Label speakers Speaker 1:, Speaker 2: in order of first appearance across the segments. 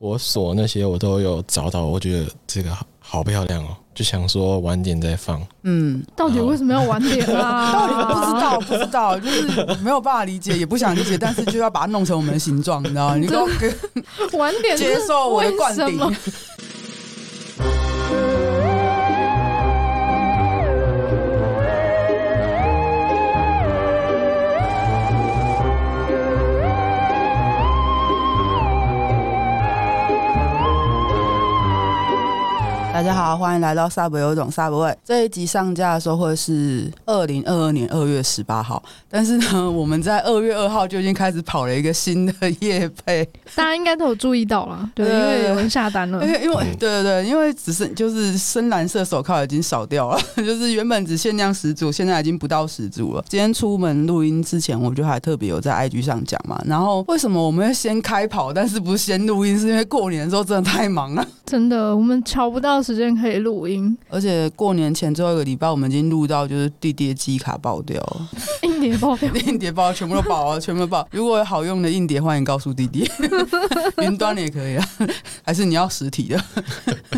Speaker 1: 我锁那些我都有找到，我觉得这个好好漂亮哦，就想说晚点再放。
Speaker 2: 嗯，
Speaker 3: 到底为什么要晚点啊？
Speaker 2: 到底不知道，不知道，就是没有办法理解，也不想理解，但是就要把它弄成我们的形状，你知道吗？你给我给
Speaker 3: 道，晚点是
Speaker 2: 接受我的灌
Speaker 3: 为什
Speaker 2: 顶
Speaker 3: 么。
Speaker 2: 大家好，欢迎来到萨博有一种萨博味。这一集上架的时候会是二零二二年二月十八号，但是呢，我们在二月二号就已经开始跑了一个新的业配，
Speaker 3: 大家应该都有注意到啦，对，
Speaker 2: 对
Speaker 3: 因为有人下单了
Speaker 2: 因。为因为
Speaker 1: 嗯
Speaker 2: 对对对，因为只是就是深蓝色手铐已经少掉了， 就是原本只限量十组，现在已经不到十组了。今天出门录音之前，我就还特别有在 IG 上讲嘛。然后为什么我们会先开跑，但是不是先录音？是因为过年的时候真的太忙了，
Speaker 3: 真的，我们瞧不到时间可以录音，
Speaker 2: 而且过年前最后一个礼拜，我们已经录到就是弟弟的记忆卡爆掉了，
Speaker 3: 硬碟爆表。
Speaker 2: 硬碟爆全部都爆啊了，全部都爆。如果有好用的硬碟，欢迎告诉弟弟， 云端的也可以啊， 还是你要实体的？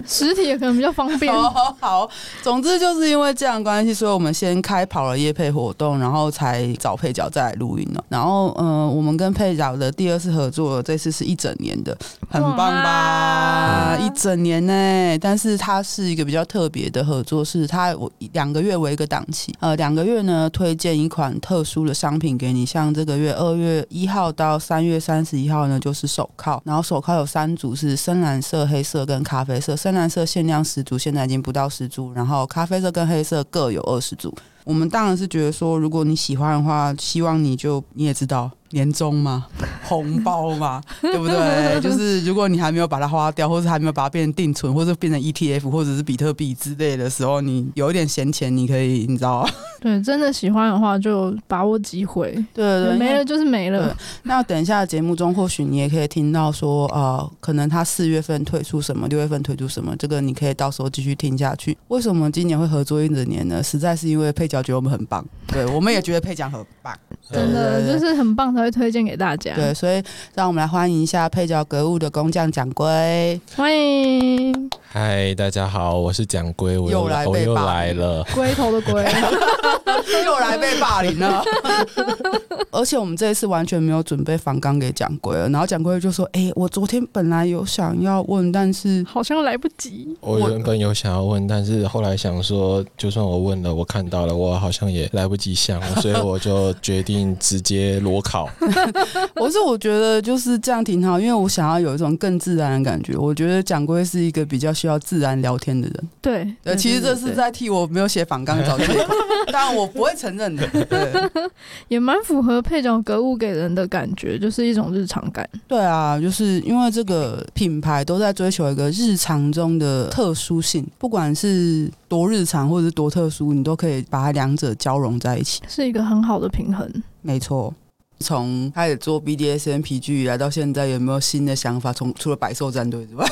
Speaker 3: 实体也可能比较方便。
Speaker 2: 哦， 好，总之就是因为这样的关系，所以我们先开跑了夜配活动，然后才找配角再来录音了。然后，嗯、我们跟配角的第二次合作，这次是一整年的，很棒吧
Speaker 3: 哇？
Speaker 2: 一整年呢、但是它是一个比较特别的合作，是它我两个月为一个档期，呃，两个月呢推荐一款特殊的商品给你，像这个月二月一号到三月三十一号呢就是手铐，然后手铐有三组是深蓝色、黑色跟咖啡色，深蓝色限量十组，现在已经不到十组，然后咖啡色跟黑色各有二十组。我们当然是觉得说，如果你喜欢的话，希望你就你也知道年终嘛，红包嘛， 对不对？就是如果你还没有把它花掉，或者还没有把它变成定存，或者变成 ETF，或者是比特币之类的时候，你有一点闲钱，你可以，你知道吗？
Speaker 3: 对，真的喜欢的话就把握机会，
Speaker 2: 对对，
Speaker 3: 没了。就是没了
Speaker 2: 对。那等一下节目中，或许你也可以听到说，呃，可能他四月份推出什么，六月份推出什么，这个你可以到时候继续听下去。为什么今年会合作一整年呢？ 实在是因为配角觉得我们很棒，对，我们也觉得配角很棒。
Speaker 3: 真的
Speaker 2: 对
Speaker 3: 就是很棒，才会推荐给大家。
Speaker 2: 对，所以让我们来欢迎一下配角格物的工匠蒋龟。
Speaker 3: 欢迎
Speaker 1: 呃嗨，大家好，我是蒋龟，我
Speaker 2: 又来
Speaker 1: 我
Speaker 2: 被
Speaker 1: 又
Speaker 2: 霸
Speaker 1: 来了。
Speaker 3: 龟头的龟，
Speaker 2: 又来被霸凌了。而且我们这一次完全没有准备反纲给蒋龟了，然后蒋龟就说：“哎、我昨天本来有想要问，但是
Speaker 3: 好像来不及。
Speaker 1: 我
Speaker 2: 我
Speaker 1: 原本有想要问，但是后来想说，就算我问了，我看到了，我好像也来不及想，所以我就决定直接裸 考。
Speaker 2: 我是我觉得就是这样挺好，因为我想要有一种更自然的感觉。我觉得蒋龟是一个比较需要自然聊天的人。
Speaker 3: 对，
Speaker 2: 对，
Speaker 3: 对
Speaker 2: 其实
Speaker 3: 对
Speaker 2: 这
Speaker 3: 对
Speaker 2: 是
Speaker 3: 对
Speaker 2: 在替我没有写反纲找借口，但我不会承认的。对。”
Speaker 3: 也蛮符合配角格物给人的感觉，就是一种日常感。
Speaker 2: 对啊，就是因为这个品牌都在追求一个日常中的特殊性，不管是多日常或者是多特殊，你都可以把它两者交融在一起。
Speaker 3: 是一个很好的平衡。
Speaker 2: 没错。从开始做 BDSM 皮具以来到现在，有没有新的想法？从除了百兽战队 之外，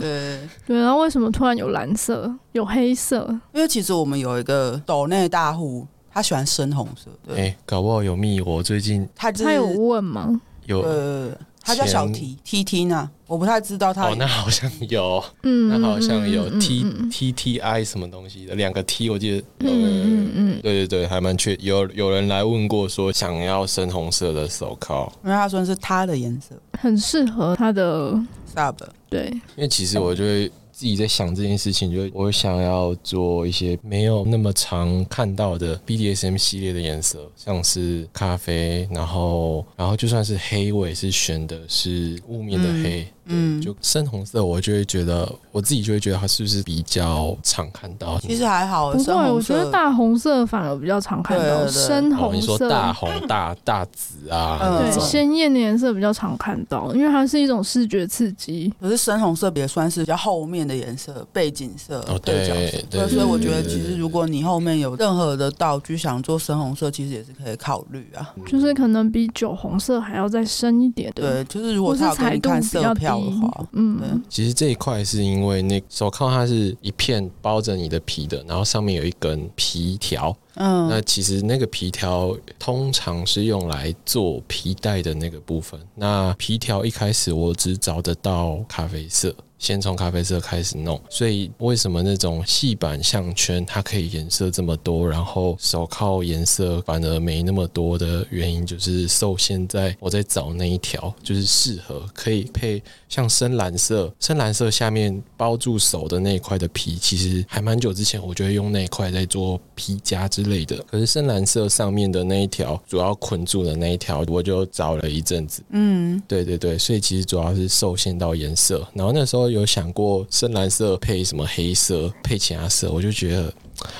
Speaker 2: 对，
Speaker 3: 对，然后为什么突然有蓝色，有黑色？
Speaker 2: 因为其实我们有一个斗内大户，他喜欢深红色，
Speaker 1: 哎、
Speaker 2: 对，
Speaker 1: 搞不好有密我最近
Speaker 2: 他就是
Speaker 3: 他有问吗？
Speaker 1: 有
Speaker 2: 呃，他叫小
Speaker 1: 前
Speaker 2: T T T 呢，我不太知道他
Speaker 1: 哦，那好像有，
Speaker 3: 嗯，
Speaker 1: 那好像有
Speaker 3: 嗯
Speaker 1: T
Speaker 3: 嗯嗯
Speaker 1: T T I 什么东西的，两个 T 我记得。
Speaker 3: 嗯嗯
Speaker 1: 嗯
Speaker 3: 嗯，
Speaker 1: 对对对，还蛮确有有人来问过说想要深红色的手铐，
Speaker 2: 因为他说是他的颜色
Speaker 3: 很适合他的。
Speaker 2: ，sub。
Speaker 3: 对，
Speaker 1: 因为其实我就会自己在想这件事情，就会我想要做一些没有那么常看到的 BDSM 系列的颜色，像是咖啡，然后然后就算是黑，我也是选的是雾面的黑，
Speaker 2: 嗯嗯
Speaker 1: 嗯，就深红色，我就会觉得我自己就会觉得它是不是比较常看到？
Speaker 2: 其实还好，
Speaker 3: 不
Speaker 2: 哦深
Speaker 3: 会，我
Speaker 2: 红
Speaker 3: 觉得
Speaker 2: 色。
Speaker 3: 大红色反而比较常看
Speaker 2: 对
Speaker 3: 到，
Speaker 2: 对对
Speaker 3: 深
Speaker 1: 哦，
Speaker 3: 红
Speaker 1: 你说
Speaker 3: 色。
Speaker 1: 大红大大紫啊，
Speaker 2: 嗯
Speaker 1: 那
Speaker 3: 对，
Speaker 1: 种
Speaker 3: 鲜艳的颜色比较常看到，因为它是一种视觉刺激。
Speaker 2: 可是深红色也算是比较后面的颜色，背景色、
Speaker 1: 哦
Speaker 2: 配角
Speaker 1: 对
Speaker 2: 色
Speaker 1: 对
Speaker 2: 所以我
Speaker 3: 对
Speaker 2: 觉得
Speaker 1: 对
Speaker 2: 其实
Speaker 1: 对
Speaker 2: 如果你后面有任何的道具想做深红色，其实也是可以考虑啊。
Speaker 3: 就是可能比酒红色还要再深一点
Speaker 2: 对，
Speaker 3: 的，
Speaker 2: 就是如
Speaker 3: 嗯或
Speaker 2: 果
Speaker 3: 是
Speaker 2: 他有给
Speaker 3: 彩
Speaker 2: 你
Speaker 3: 度
Speaker 2: 看
Speaker 3: 比
Speaker 2: 色
Speaker 3: 较低
Speaker 2: 票的话，。
Speaker 3: 嗯，
Speaker 1: 其实这一块是因为那手铐它是一片包着你的皮的，然后上面有一根皮条，
Speaker 2: 嗯
Speaker 1: 那其实那个皮条通常是用来做皮带的那个部分。那皮条一开始我只找得到咖啡色，先从咖啡色开始弄。所以为什么那种细板项圈它可以颜色这么多，然后手铐颜色反而没那么多的原因，就是受限在我在找那一条，就是适合可以配像深蓝色，深蓝色下面包住手的那一块的皮，其实还蛮久之前我就会用那一块在做皮夹之类的。可是深蓝色上面的那一条主要捆住的那一条，我就找了一阵子。
Speaker 2: 嗯，
Speaker 1: 对对对，所以其实主要是受限到颜色。然后那时候有想过深蓝色配什么黑色，配其他色，我就觉得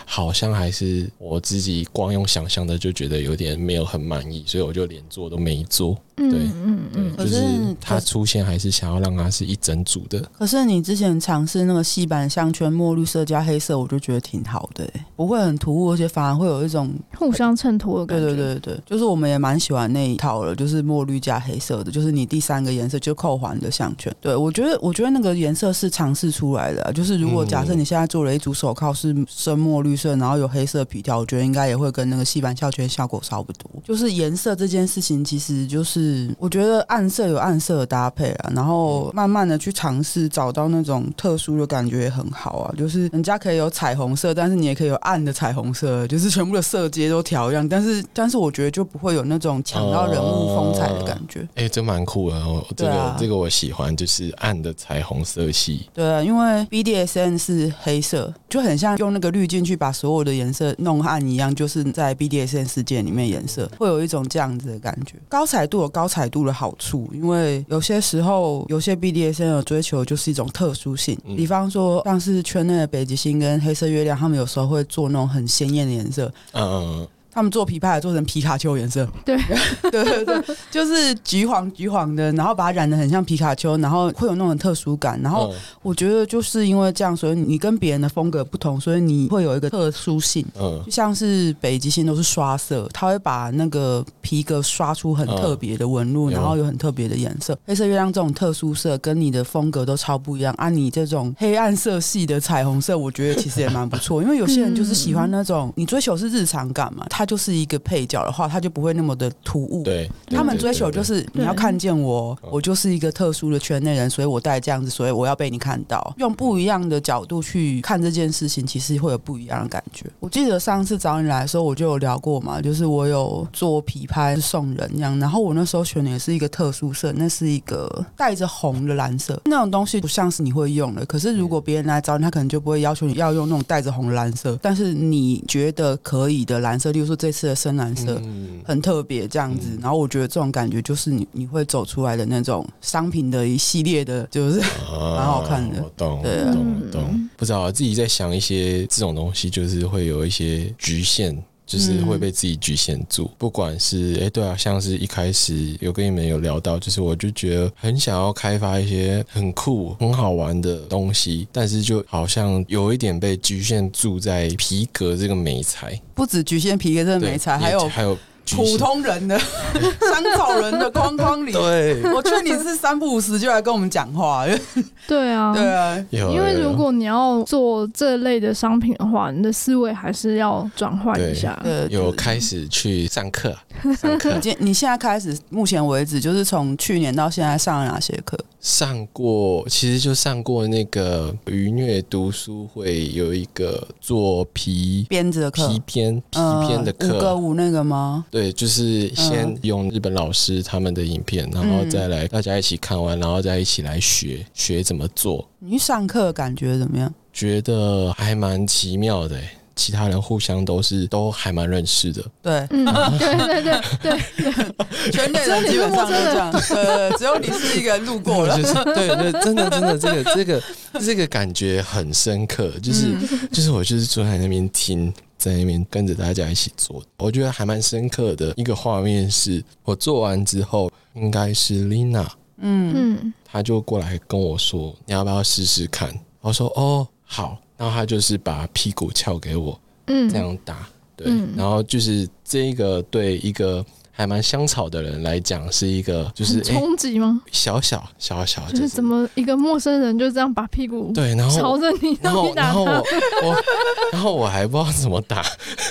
Speaker 1: 好像还是我自己光用想象的就觉得有点没有很满意，所以我就连做都没做。
Speaker 3: 嗯
Speaker 1: 对
Speaker 3: 嗯嗯，
Speaker 1: 对，
Speaker 2: 可
Speaker 1: 就是是它
Speaker 2: 可是
Speaker 1: 出现还是想要让它是一整组的。
Speaker 2: 可是你之前尝试那个细板项圈，墨绿色加黑色，我就觉得挺好的、欸，不会很突兀，而且反而会有一种
Speaker 3: 互相衬托的感
Speaker 2: 对
Speaker 3: 觉。
Speaker 2: 对对对，就是我们也蛮喜欢那一套了，就是墨绿加黑色的，就是你第三个颜色就扣环的项圈。对我觉得，我觉得那个颜色是尝试出来的啊、就是如果假设你现在做了一组手铐是深墨绿色，然后有黑色皮条，我觉得应该也会跟那个细板项圈效果差不多。就是颜色这件事情，其实就是我觉得暗色有暗色的搭配啊，然后慢慢的去尝试找到那种特殊的感觉也很好啊。就是人家可以有彩虹色，但是你也可以有暗的彩虹色，就是全部的色阶都调一样，但是但是我觉得就不会有那种抢到人物风采的感觉。
Speaker 1: 哎、这蛮酷的哦，这
Speaker 2: 对
Speaker 1: 个、
Speaker 2: 啊
Speaker 1: 这个我喜欢，就是暗的彩虹色系。
Speaker 2: 对啊，因为 BDSN 是黑色，就很像用那个滤镜去把所有的颜色弄暗一样，就是在 BDSN 世界里面颜色会有一种这样子的感觉。高彩度有高彩度的好处，因为有些时候有些 BDSN 的追求就是一种特殊性，
Speaker 1: 嗯
Speaker 2: 比方说像是圈内的北极星跟黑色月亮，他们有时候会做那种很鲜艳的颜色，
Speaker 1: 嗯嗯，嗯
Speaker 2: 他们做琵琶还做成皮卡丘颜色，
Speaker 3: 对
Speaker 2: 对对对，就是橘黄橘黄的，然后把它染得很像皮卡丘，然后会有那种特殊感。然后
Speaker 1: 嗯
Speaker 2: 我觉得就是因为这样，所以你跟别人的风格不同，所以你会有一个特殊性。
Speaker 1: 嗯
Speaker 2: 就像是北极星都是刷色，它会把那个皮革刷出很特别的纹路，
Speaker 1: 嗯
Speaker 2: 然后有很特别的颜色。黑色月亮这种特殊色跟你的风格都超不一样啊！你这种黑暗色系的彩虹色，我觉得其实也蛮不 错，因为有些人就是喜
Speaker 1: 嗯
Speaker 2: 欢那种你追求是日常感嘛，它就是一个配角的话，它就不会那么的突兀。
Speaker 1: 对，对
Speaker 2: 他们
Speaker 1: 对
Speaker 2: 追
Speaker 1: 对
Speaker 2: 求
Speaker 1: 对
Speaker 2: 就是你要看见我，我就是一个特殊的圈内人，所以我戴这样子，所以我要被你看到。用不一样的角度去看这件事情，其实会有不一样的感觉。我记得上次找你来的时候，我就有聊过嘛，就是我有做皮拍送人那样，然后我那时候选的也是一个特殊色，那是一个带着红的蓝色，那种东西不像是你会用的。可是如果别人来找你，他可能就不会要求你要用那种带着红的蓝色，但是你觉得可以的蓝色，例如说这次的深蓝色，
Speaker 1: 嗯
Speaker 2: 很特别这样子。然后我觉得这种感觉就是你你会走出来的那种商品的一系列的，就是
Speaker 1: 蛮
Speaker 2: 好看的
Speaker 1: 嗯我懂，
Speaker 2: 对
Speaker 1: 我
Speaker 2: 啊
Speaker 3: 嗯
Speaker 1: 懂，我懂。不知道自己在想一些这种东西，就是会有一些局限。就是会被自己局限住，
Speaker 2: 嗯
Speaker 1: 不管是哎、诶对啊，像是一开始有跟你们有聊到，就是我就觉得很想要开发一些很酷、很好玩的东西，但是就好像有一点被局限住在皮革这个美材，
Speaker 2: 不止局限皮革这个
Speaker 1: 对
Speaker 2: 美材，
Speaker 1: 也
Speaker 2: 还有
Speaker 1: 还有局
Speaker 2: 普
Speaker 1: 限
Speaker 2: 通人的香草人的框框里。
Speaker 1: 对
Speaker 2: 我劝你是三不五时就来跟我们 讲话，
Speaker 3: 对啊，
Speaker 2: 对啊，
Speaker 1: 有
Speaker 3: 因为
Speaker 1: 有
Speaker 3: 如果你要做这类的商品的话，你的思维还是要转换一下。
Speaker 2: 对，
Speaker 1: 有开始去上课，上 课
Speaker 2: 你今你现在开始，目前为止就是从去年到现在上了哪些课？
Speaker 1: 上过，其实就上过那个愉虐读书会，有一个做皮
Speaker 2: 编织的课，
Speaker 1: 皮鞭皮鞭的
Speaker 2: 嗯五个
Speaker 1: 课。
Speaker 2: 五那个吗？
Speaker 1: 对，就是先用日本老师他们的影片，然后再来大家一起看完，然后再一起来学学怎么做，
Speaker 2: 你去上课的感觉怎么样？
Speaker 1: 觉得还蛮奇妙的欸。其他人互相都是都还蛮认识的，
Speaker 2: 对，
Speaker 3: 嗯，对对对对，
Speaker 2: 全队人基本上都这样，呃，只有你是一个路过
Speaker 1: 我
Speaker 2: 了
Speaker 1: 就。是 对对，真的真的，这个这个这个感觉很深刻，
Speaker 2: 嗯
Speaker 1: 就是、就是我就是坐在那边听，在那边跟着大家一起做，我觉得还蛮深刻的一个画面是，我做完之后应该是 Lina，
Speaker 2: 嗯，
Speaker 3: 嗯，
Speaker 1: 她就过来跟我说你要不要试试看，我说哦好，然后她就是把屁股翘给我
Speaker 3: 嗯，
Speaker 1: 这样打，对，
Speaker 3: 嗯
Speaker 1: 然后就是这个对一个还蛮香草的人来讲，是一个就是
Speaker 3: 很
Speaker 1: 哎、
Speaker 3: 冲击吗？
Speaker 1: 小小小小，
Speaker 3: 就是怎么一个陌生人就这样把屁股
Speaker 1: 对，然后
Speaker 3: 朝着你，
Speaker 1: 然
Speaker 3: 让你
Speaker 1: 后，然
Speaker 3: 打
Speaker 1: 后我
Speaker 3: 他？
Speaker 1: 我，然后我还不知道怎么打，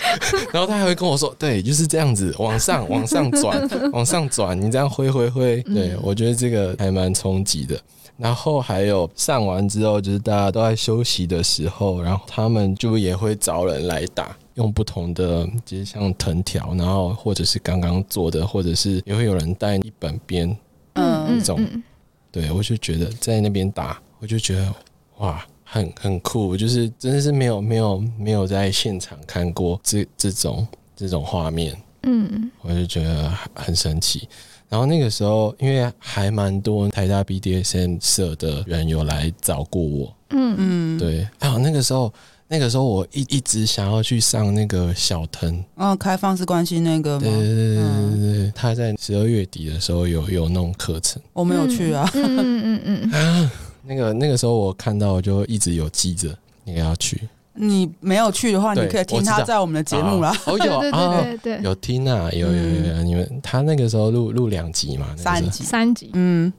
Speaker 1: 然后他还会跟我说，对，就是这样子，往上，往上转，往上转，你这样挥挥挥，对
Speaker 3: 嗯
Speaker 1: 我觉得这个还蛮冲击的。然后还有上完之后，就是大家都在休息的时候，然后他们就也会找人来打，用不同的，就是像藤条，然后或者是刚刚做的，或者是也会有人带一本鞭，
Speaker 2: 嗯
Speaker 1: 这种
Speaker 3: 嗯
Speaker 1: 对，我就觉得在那边打，我就觉得哇，很很酷，就是真的是没有没有没有在现场看过这这种这种画面，
Speaker 3: 嗯
Speaker 1: 我就觉得很神奇。然后那个时候，因为还蛮多台大 BDSM 社的人有来找过我，
Speaker 3: 嗯嗯，
Speaker 2: 嗯，
Speaker 1: 对，还有那个时候，那个时候我一一直想要去上那个小藤，
Speaker 2: 嗯，开放式关系那个
Speaker 1: 对对
Speaker 2: 吗？
Speaker 1: 对对对对，他在十二月底的时候有有弄课程。
Speaker 2: 我没有去啊。
Speaker 3: 嗯嗯嗯嗯，
Speaker 1: 那个那个时候我看到，我就一直有记着那个要去
Speaker 2: 你没有去的话，你
Speaker 1: 对
Speaker 2: 可以听
Speaker 1: 我知
Speaker 2: 他
Speaker 1: 道
Speaker 2: 在我们的节目啦
Speaker 1: 啊。哦有
Speaker 3: 对
Speaker 1: 啊
Speaker 3: 对对对嗯对，
Speaker 1: 有听啊，有有有有，你们他那个时候录录两集嘛，那
Speaker 2: 三
Speaker 1: 个
Speaker 2: 集。
Speaker 3: 三级，
Speaker 2: 嗯，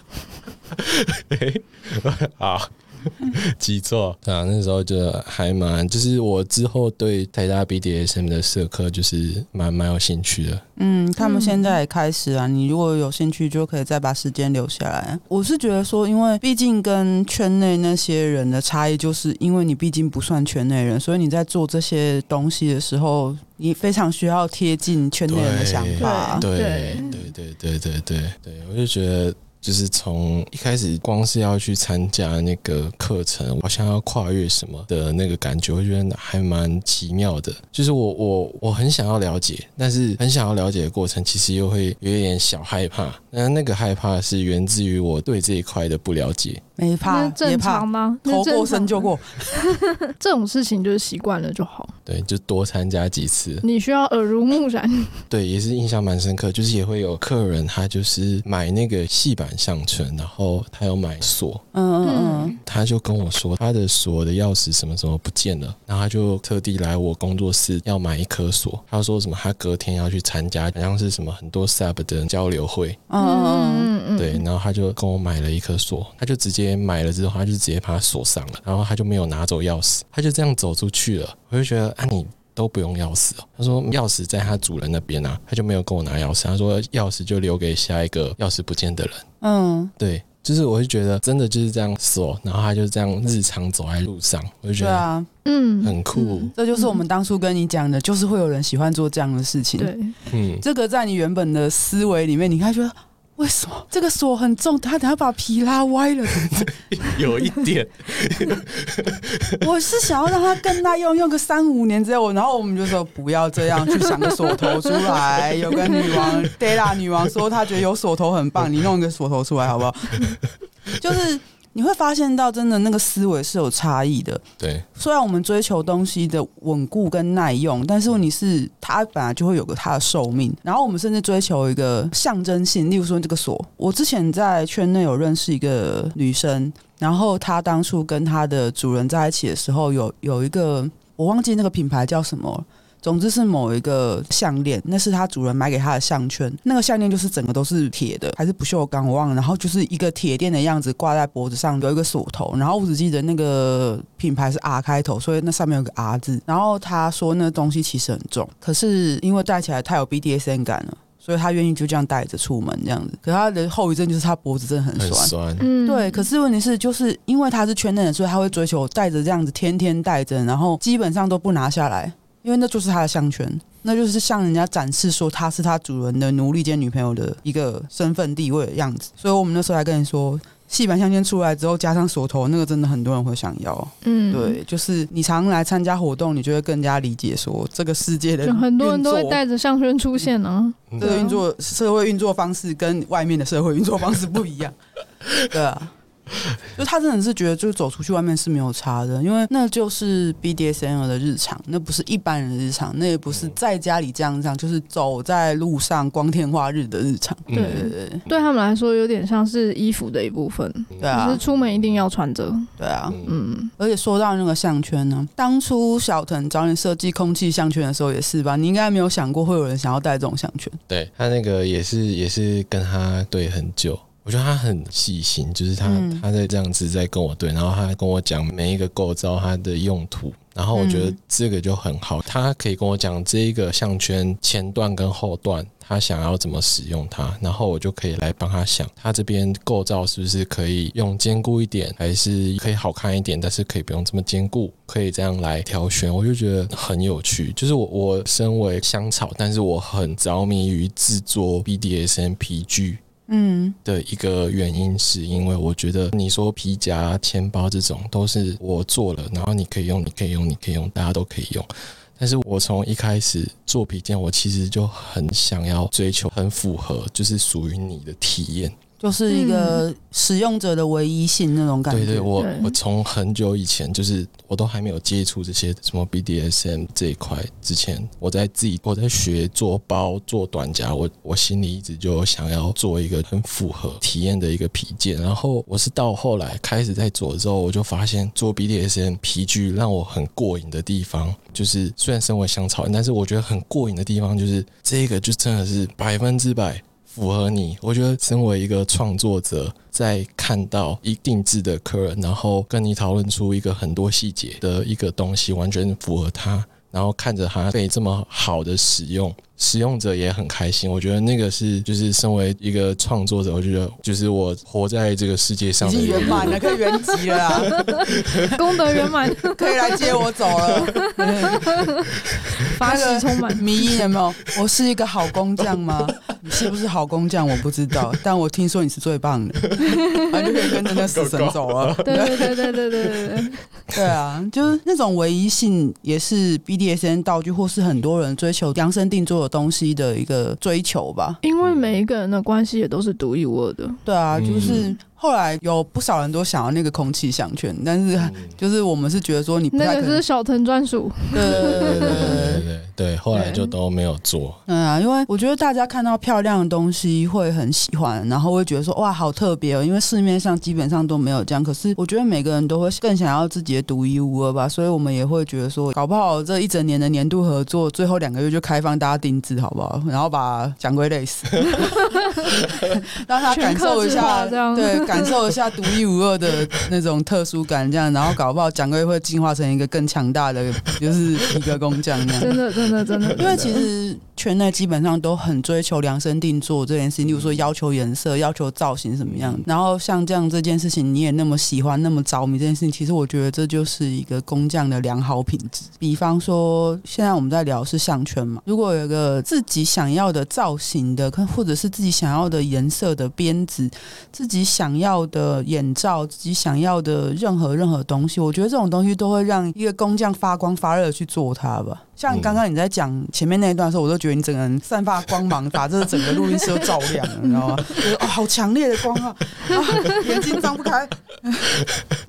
Speaker 1: 时候 啊，记错对啊，那时候就还蛮，就是我之后对台大 BDSM 的社科就是蛮蛮有兴趣的，
Speaker 2: 嗯，他们
Speaker 3: 嗯
Speaker 2: 现在也开始啊，你如果有兴趣，就可以再把时间留下来。我是觉得说，因为毕竟跟圈内那些人的差异，就是因为你毕竟不算圈内人，所以你在做这些东西的时候，你非常需要贴近圈内人的想法。
Speaker 1: 对
Speaker 3: 对
Speaker 1: 对对对对对对，我就觉得。就是从一开始，光是要去参加那个课程，好像要跨越什么的那个感觉，我觉得还蛮奇妙的。就是我我我很想要了解，但是很想要了解的过程，其实又会有一点小害怕。那那个害怕是源自于我对这一块的不了解。
Speaker 2: 没怕
Speaker 3: 那，
Speaker 2: 也
Speaker 3: 正
Speaker 2: 怕
Speaker 3: 常，吗？那
Speaker 2: 头
Speaker 3: 正
Speaker 2: 过
Speaker 3: 常
Speaker 2: 身就过。
Speaker 3: 这种事情就是习惯了就好。
Speaker 1: 对，就多参加几次。
Speaker 3: 你需要耳濡目染，
Speaker 1: 对，也是印象蛮深刻。就是也会有客人，他就是买那个细板项圈，然后他有买锁，
Speaker 2: 嗯嗯嗯。
Speaker 3: 嗯
Speaker 1: 他就跟我说他的锁的钥匙什么什么不见了，然后他就特地来我工作室要买一颗锁。他说什么他隔天要去参加，好像是什么很多 sub 的交流会，
Speaker 2: 嗯嗯嗯，
Speaker 3: 嗯
Speaker 1: 对，然后他就跟我买了一颗锁，他就直接买了之后，他就直接把它锁上了，然后他就没有拿走钥匙，他就这样走出去了。我就觉得啊你。都不用钥匙哦，他说钥匙在他主人那边啊，他就没有跟我拿钥匙，他说钥匙就留给下一个钥匙不见的人。
Speaker 2: 嗯，
Speaker 1: 对，就是我就觉得真的就是这样锁，然后他就这样日常走在路上，我就觉
Speaker 2: 对
Speaker 1: 得
Speaker 2: 啊，
Speaker 3: 嗯
Speaker 1: 很酷。
Speaker 2: 这就是我们当初跟你讲的，就是会有人喜欢做这样的事情。，
Speaker 3: 对，
Speaker 1: 嗯，
Speaker 2: 这个在你原本的思维里面，你看觉得为什么这个锁很重，他等下把皮拉歪了？
Speaker 1: 有一点，
Speaker 2: 我是想要让他更耐用，用个三五年之后，然后我们就说不要这样，去想个锁头出来。有个女王 Della 女王说，她觉得有锁头很棒，你弄一个锁头出来好不好？ 就是你会发现到，真的那个思维是有差异的。
Speaker 1: 对
Speaker 2: 虽然我们追求东西的稳固跟耐用，但是问题是它本来就会有个它的寿命。然后我们甚至追求一个象征性，例如说这个锁。我之前在圈内有认识一个女生，然后她当初跟她的主人在一起的时候，有有一个我忘记那个品牌叫什么了。总之是某一个项链，那是她主人买给她的项圈。那个项链就是整个都是铁的，还是不锈钢，我忘了。然后就是一个铁链的样子挂在脖子上，有一个锁头。然后我只记得那个品牌是 R 开头，所以那上面有个 R 字。然后她说那东西其实很重，可是因为戴起来太有 BDSM 感了，所以她愿意就这样带着出门这样子。可她的后遗症就是她脖子真的很
Speaker 1: 很
Speaker 2: 酸。
Speaker 1: 酸，
Speaker 3: 嗯
Speaker 2: 对，可是问题是，就是因为他是圈内人，所以他会追求带着这样子，天天带着，然后基本上都不拿下来，因为那就是他的项圈，那就是向人家展示说他是他主人的奴隶兼女朋友的一个身份地位的样子。所以我们那时候还跟你说，细板项圈出来之后，加上锁头，那个真的很多人会想要。
Speaker 3: 嗯，
Speaker 2: 对，就是你常来参加活动，你就会更加理解说这个世界的
Speaker 3: 就很多人都会
Speaker 2: 运作
Speaker 3: 带着项圈出现啊呢、
Speaker 2: 这个运作社会运作方式跟外面的社会运作方式不一样。对啊，就他真的是觉得，就走出去外面是没有差的，因为那就是 BDSM 的日常，那不是一般人的日常，那也不是在家里这样这样，就是走在路上光天化日的日常。
Speaker 1: 嗯
Speaker 3: 对
Speaker 2: 对对对
Speaker 3: 对他们来说有点像是衣服的一部分，
Speaker 2: 对
Speaker 3: 只
Speaker 2: 啊
Speaker 3: 是，出门一定要穿着。
Speaker 2: 对啊。
Speaker 1: 嗯
Speaker 3: 嗯，
Speaker 2: 而且说到那个项圈呢，当初小腾找你设计空气项圈的时候也是吧，你应该没有想过会有人想要戴这种项圈。
Speaker 1: 对他那个也是也是跟他对很久。我觉得他很细心，就是他、
Speaker 2: 嗯
Speaker 1: 他在这样子在跟我对，然后他跟我讲每一个构造它的用途，然后我觉得
Speaker 2: 嗯
Speaker 1: 这个就很好，他可以跟我讲这一个项圈前段跟后段他想要怎么使用它，然后我就可以来帮他想，他这边构造是不是可以用坚固一点，还是可以好看一点，但是可以不用这么坚固，可以这样来挑选，我就觉得很有趣。就是我我身为香草，但是我很着迷于制作 BDSM PG
Speaker 2: 嗯，
Speaker 1: 的一个原因，是因为我觉得你说皮夹、钱包这种都是我做了，然后你可以用，你可以用，你可以用，大家都可以用。但是我从一开始做皮件，我其实就很想要追求很符合，就是属于你的体验。
Speaker 2: 就是一个使用者的唯一性那种感觉。
Speaker 1: 对对，我
Speaker 3: 对
Speaker 1: 我从很久以前就是我都还没有接触这些什么 BDSM 这一块之前，我在自己我在学做包做短夹，我我心里一直就想要做一个很符合体验的一个皮件。然后我是到后来开始在做之后，我就发现做 BDSM 皮具让我很过瘾的地方，就是虽然身为香草人，但是我觉得很过瘾的地方就是这个就真的是百分之百符合你。我觉得身为一个创作者，在看到一定制的客人，然后跟你讨论出一个很多细节的一个东西，完全符合他，然后看着他被这么好的使用。使用者也很开心，我觉得那个是就是身为一个创作者，我觉得就是我活在这个世界上
Speaker 2: 已
Speaker 1: 的
Speaker 2: 经圆
Speaker 1: 原因
Speaker 2: 满了，可以圆寂了 啊，
Speaker 3: 功德圆满，
Speaker 2: 可以来接我走了。
Speaker 3: 法喜充满。
Speaker 2: 迷因有没有？我是一个好工匠吗？你是不是好工匠？我不知道，但我听说你是最 棒的，然后就可以跟着那死神走了。
Speaker 3: 对对对对对对对对，
Speaker 2: 对啊，就是那种唯一性，也是 BDSN 道具，或是很多人追求量身定做的东西的一个追求吧。
Speaker 3: 因为每一个人的关系也都是独一无二的。
Speaker 2: 对啊，
Speaker 1: 嗯
Speaker 2: 就是后来有不少人都想要那个空气项圈，但是
Speaker 1: 嗯
Speaker 2: 就是我们是觉得说你不
Speaker 3: 那
Speaker 2: 太
Speaker 3: 个
Speaker 2: 可
Speaker 3: 是
Speaker 2: 能。
Speaker 3: 小藤专属，
Speaker 2: 对对对对对
Speaker 1: 对
Speaker 2: 对对
Speaker 1: 对对对，后来就都没有做。
Speaker 2: 嗯啊，因为我觉得大家看到漂亮的东西会很喜欢，然后会觉得说哇好特别哦，因为市面上基本上都没有这样。可是我觉得每个人都会更想要自己的独一无二吧，所以我们也会觉得说，搞不好这一整年的年度合作，最后两个月就开放大家定制好不好？然后把蒋龟累死，让他感受一
Speaker 3: 全客制化
Speaker 2: 下，
Speaker 3: 这样
Speaker 2: 对，感受一下独一无二的那种特殊感，这样，然后搞不好蒋龟会进化成一个更强大的，就是皮革工匠那样。
Speaker 3: 真的真的真的。
Speaker 2: 因为其实圈内基本上都很追求量身定做这件事情，例如说要求颜色、要求造型什么样。然后像这样这件事情，你也那么喜欢、那么着迷这件事情，其实我觉得这就是一个工匠的良好品质。比方说，现在我们在聊是项圈嘛，如果有一个自己想要的造型的，可或者是自己想要的颜色的编织，自己想要的眼罩，自己想要的任何任何东西，我觉得这种东西都会让一个工匠发光发热地去做它吧。像刚刚你在讲前面那一段的时候，我都觉得你整个人散发光 芒，把这整个录音室都照亮了，你知道吗？就是哦，好强烈的光啊，啊眼睛张不开。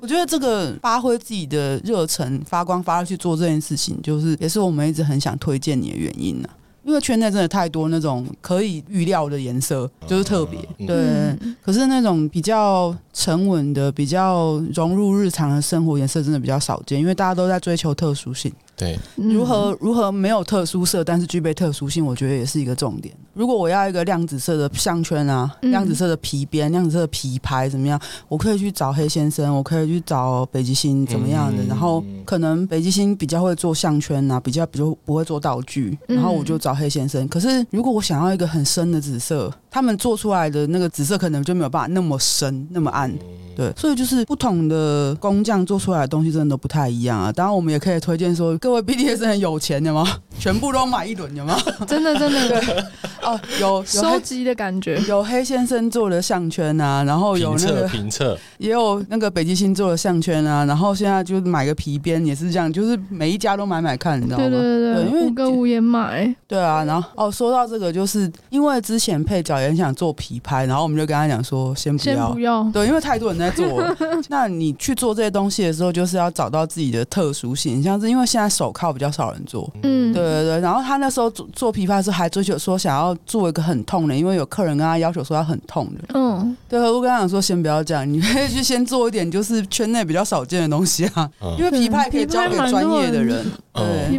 Speaker 2: 我觉得这个发挥自己的热忱，发光发热去做这件事情，就是也是我们一直很想推荐你的原因呢、啊因为圈内真的太多那种可以预料的颜色，就是特别、
Speaker 1: 嗯
Speaker 2: 对。可是那种比较沉稳的、比较融入日常的生活颜色，真的比较少见，因为大家都在追求特殊性。
Speaker 1: 对，
Speaker 3: 嗯
Speaker 2: 如何如何没有特殊色，但是具备特殊性，我觉得也是一个重点。如果我要一个亮紫色的项圈啊，
Speaker 3: 嗯
Speaker 2: 亮紫色的皮边、亮紫色的皮牌怎么样？我可以去找黑先生，我可以去找北极星怎么样的。
Speaker 1: 嗯
Speaker 2: 然后可能北极星比较会做项圈啊，比较比较不会做道具，
Speaker 3: 嗯
Speaker 2: 然后我就找黑先生。可是如果我想要一个很深的紫色，他们做出来的那个紫色可能就没有办法那么深、那么暗。
Speaker 1: 嗯
Speaker 2: 对，所以就是不同的工匠做出来的东西真的都不太一样啊。当然，我们也可以 推荐说，各位 BDS 很有钱的吗？全部都买一轮有吗？
Speaker 3: 嗯真的真的
Speaker 2: 哦，有有
Speaker 3: 收
Speaker 2: 黑
Speaker 3: 集的感觉。
Speaker 2: 有黑先生做的项圈啊，然后有
Speaker 1: 评
Speaker 2: 那
Speaker 1: 测
Speaker 2: 个
Speaker 1: 评测，
Speaker 2: 也有那个北极星做的项圈啊，然后现在就买个皮鞭也是这样，就是每一家都买买看，你知道吗？
Speaker 3: 对对对
Speaker 2: 对因为
Speaker 3: 五个五哎也买，
Speaker 2: 对啊，然后哦，说到这个，就是因为之前配角也很想做皮拍，然后我们就跟他讲说，先不
Speaker 3: 先
Speaker 2: 要
Speaker 3: 不。要。
Speaker 2: 对，因为太多人在做 了，那你去做这些东西的时候，就是要找到自己的特殊性，像是因为现在手铐比较少人做，
Speaker 3: 嗯，
Speaker 2: 对对对。然后他那时候做做琵琶的时候，还追求说想要做一个很痛的，因为有客人跟他要求说要很痛的。
Speaker 3: 嗯，
Speaker 2: 对，我跟他讲说先不要这样，你可以去先做一点就是圈内比较少见的东西啊，
Speaker 1: 嗯
Speaker 2: 因为琵琶也可以交给专业的人。
Speaker 1: 嗯
Speaker 3: 皮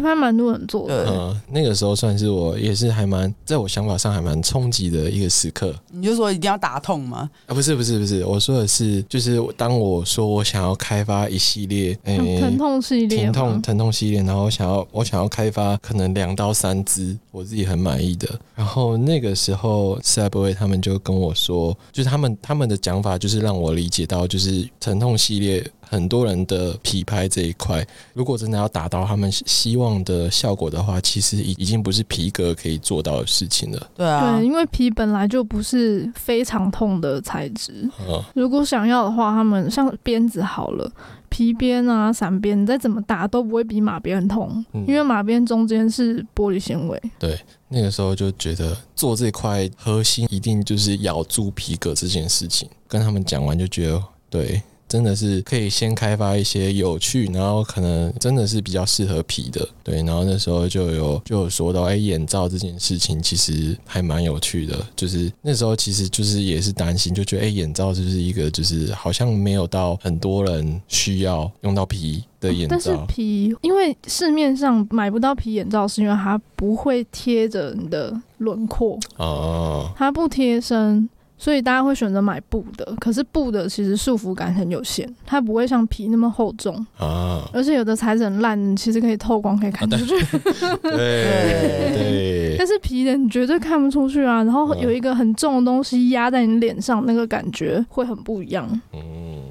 Speaker 2: 对
Speaker 3: 拍蛮多人做的。
Speaker 2: 对，
Speaker 1: 嗯，那个时候算是我也是还蛮，在我想法上还蛮冲击的一个时刻
Speaker 2: 你就说一定要打痛嘛，
Speaker 1: 啊！不是不是不是，我说的是，就是当我说我想要开发一系列诶、
Speaker 3: 像疼痛系列
Speaker 1: 哎疼
Speaker 3: 嘛，
Speaker 1: 痛疼痛系列，然后我想要我想要开发可能两到三支我自己很满意的。然后那个时候 Subway 他们就跟我说，就是他们他们的讲法就是让我理解到，就是疼痛系列很多人的皮拍这一块，如果真的要达到他们希望的效果的话，其实已已经不是皮革可以做到的事情了。
Speaker 2: 对啊
Speaker 3: 对，，因为皮本来就不是非常痛的材质，
Speaker 1: 嗯，
Speaker 3: 如果想要的话，他们像鞭子好了，皮鞭啊、散鞭，你再怎么打都不会比马鞭痛，
Speaker 1: 嗯
Speaker 3: 因为马鞭中间是玻璃纤维。
Speaker 1: 那个时候就觉得做这块核心一定就是咬住皮革这件事情。跟他们讲完就觉得，对，真的是可以先开发一些有趣，然后可能真的是比较适合皮的。对，然后那时候就有就有说到，哎、眼罩这件事情其实还蛮有趣的。就是那时候其实就是也是担心，就觉得哎、眼罩就是一个就是好像没有到很多人需要用到皮的眼
Speaker 3: 但是
Speaker 1: 罩。
Speaker 3: 皮，因为市面上买不到皮眼罩，是因为它不会贴着你的轮廓，
Speaker 1: 哦，
Speaker 3: 它不贴身。所以大家会选择买布的，可是布的其实束缚感很有限，它不会像皮那么厚重，
Speaker 1: 啊，
Speaker 3: 而且有的材质很烂，你其实可以透光可以看出去。
Speaker 1: 对 对。
Speaker 3: 但是皮的你绝对看不出去啊，然后
Speaker 1: 嗯
Speaker 3: 有一个很重的东西压在你脸上，那个感觉会很不一样。
Speaker 1: 嗯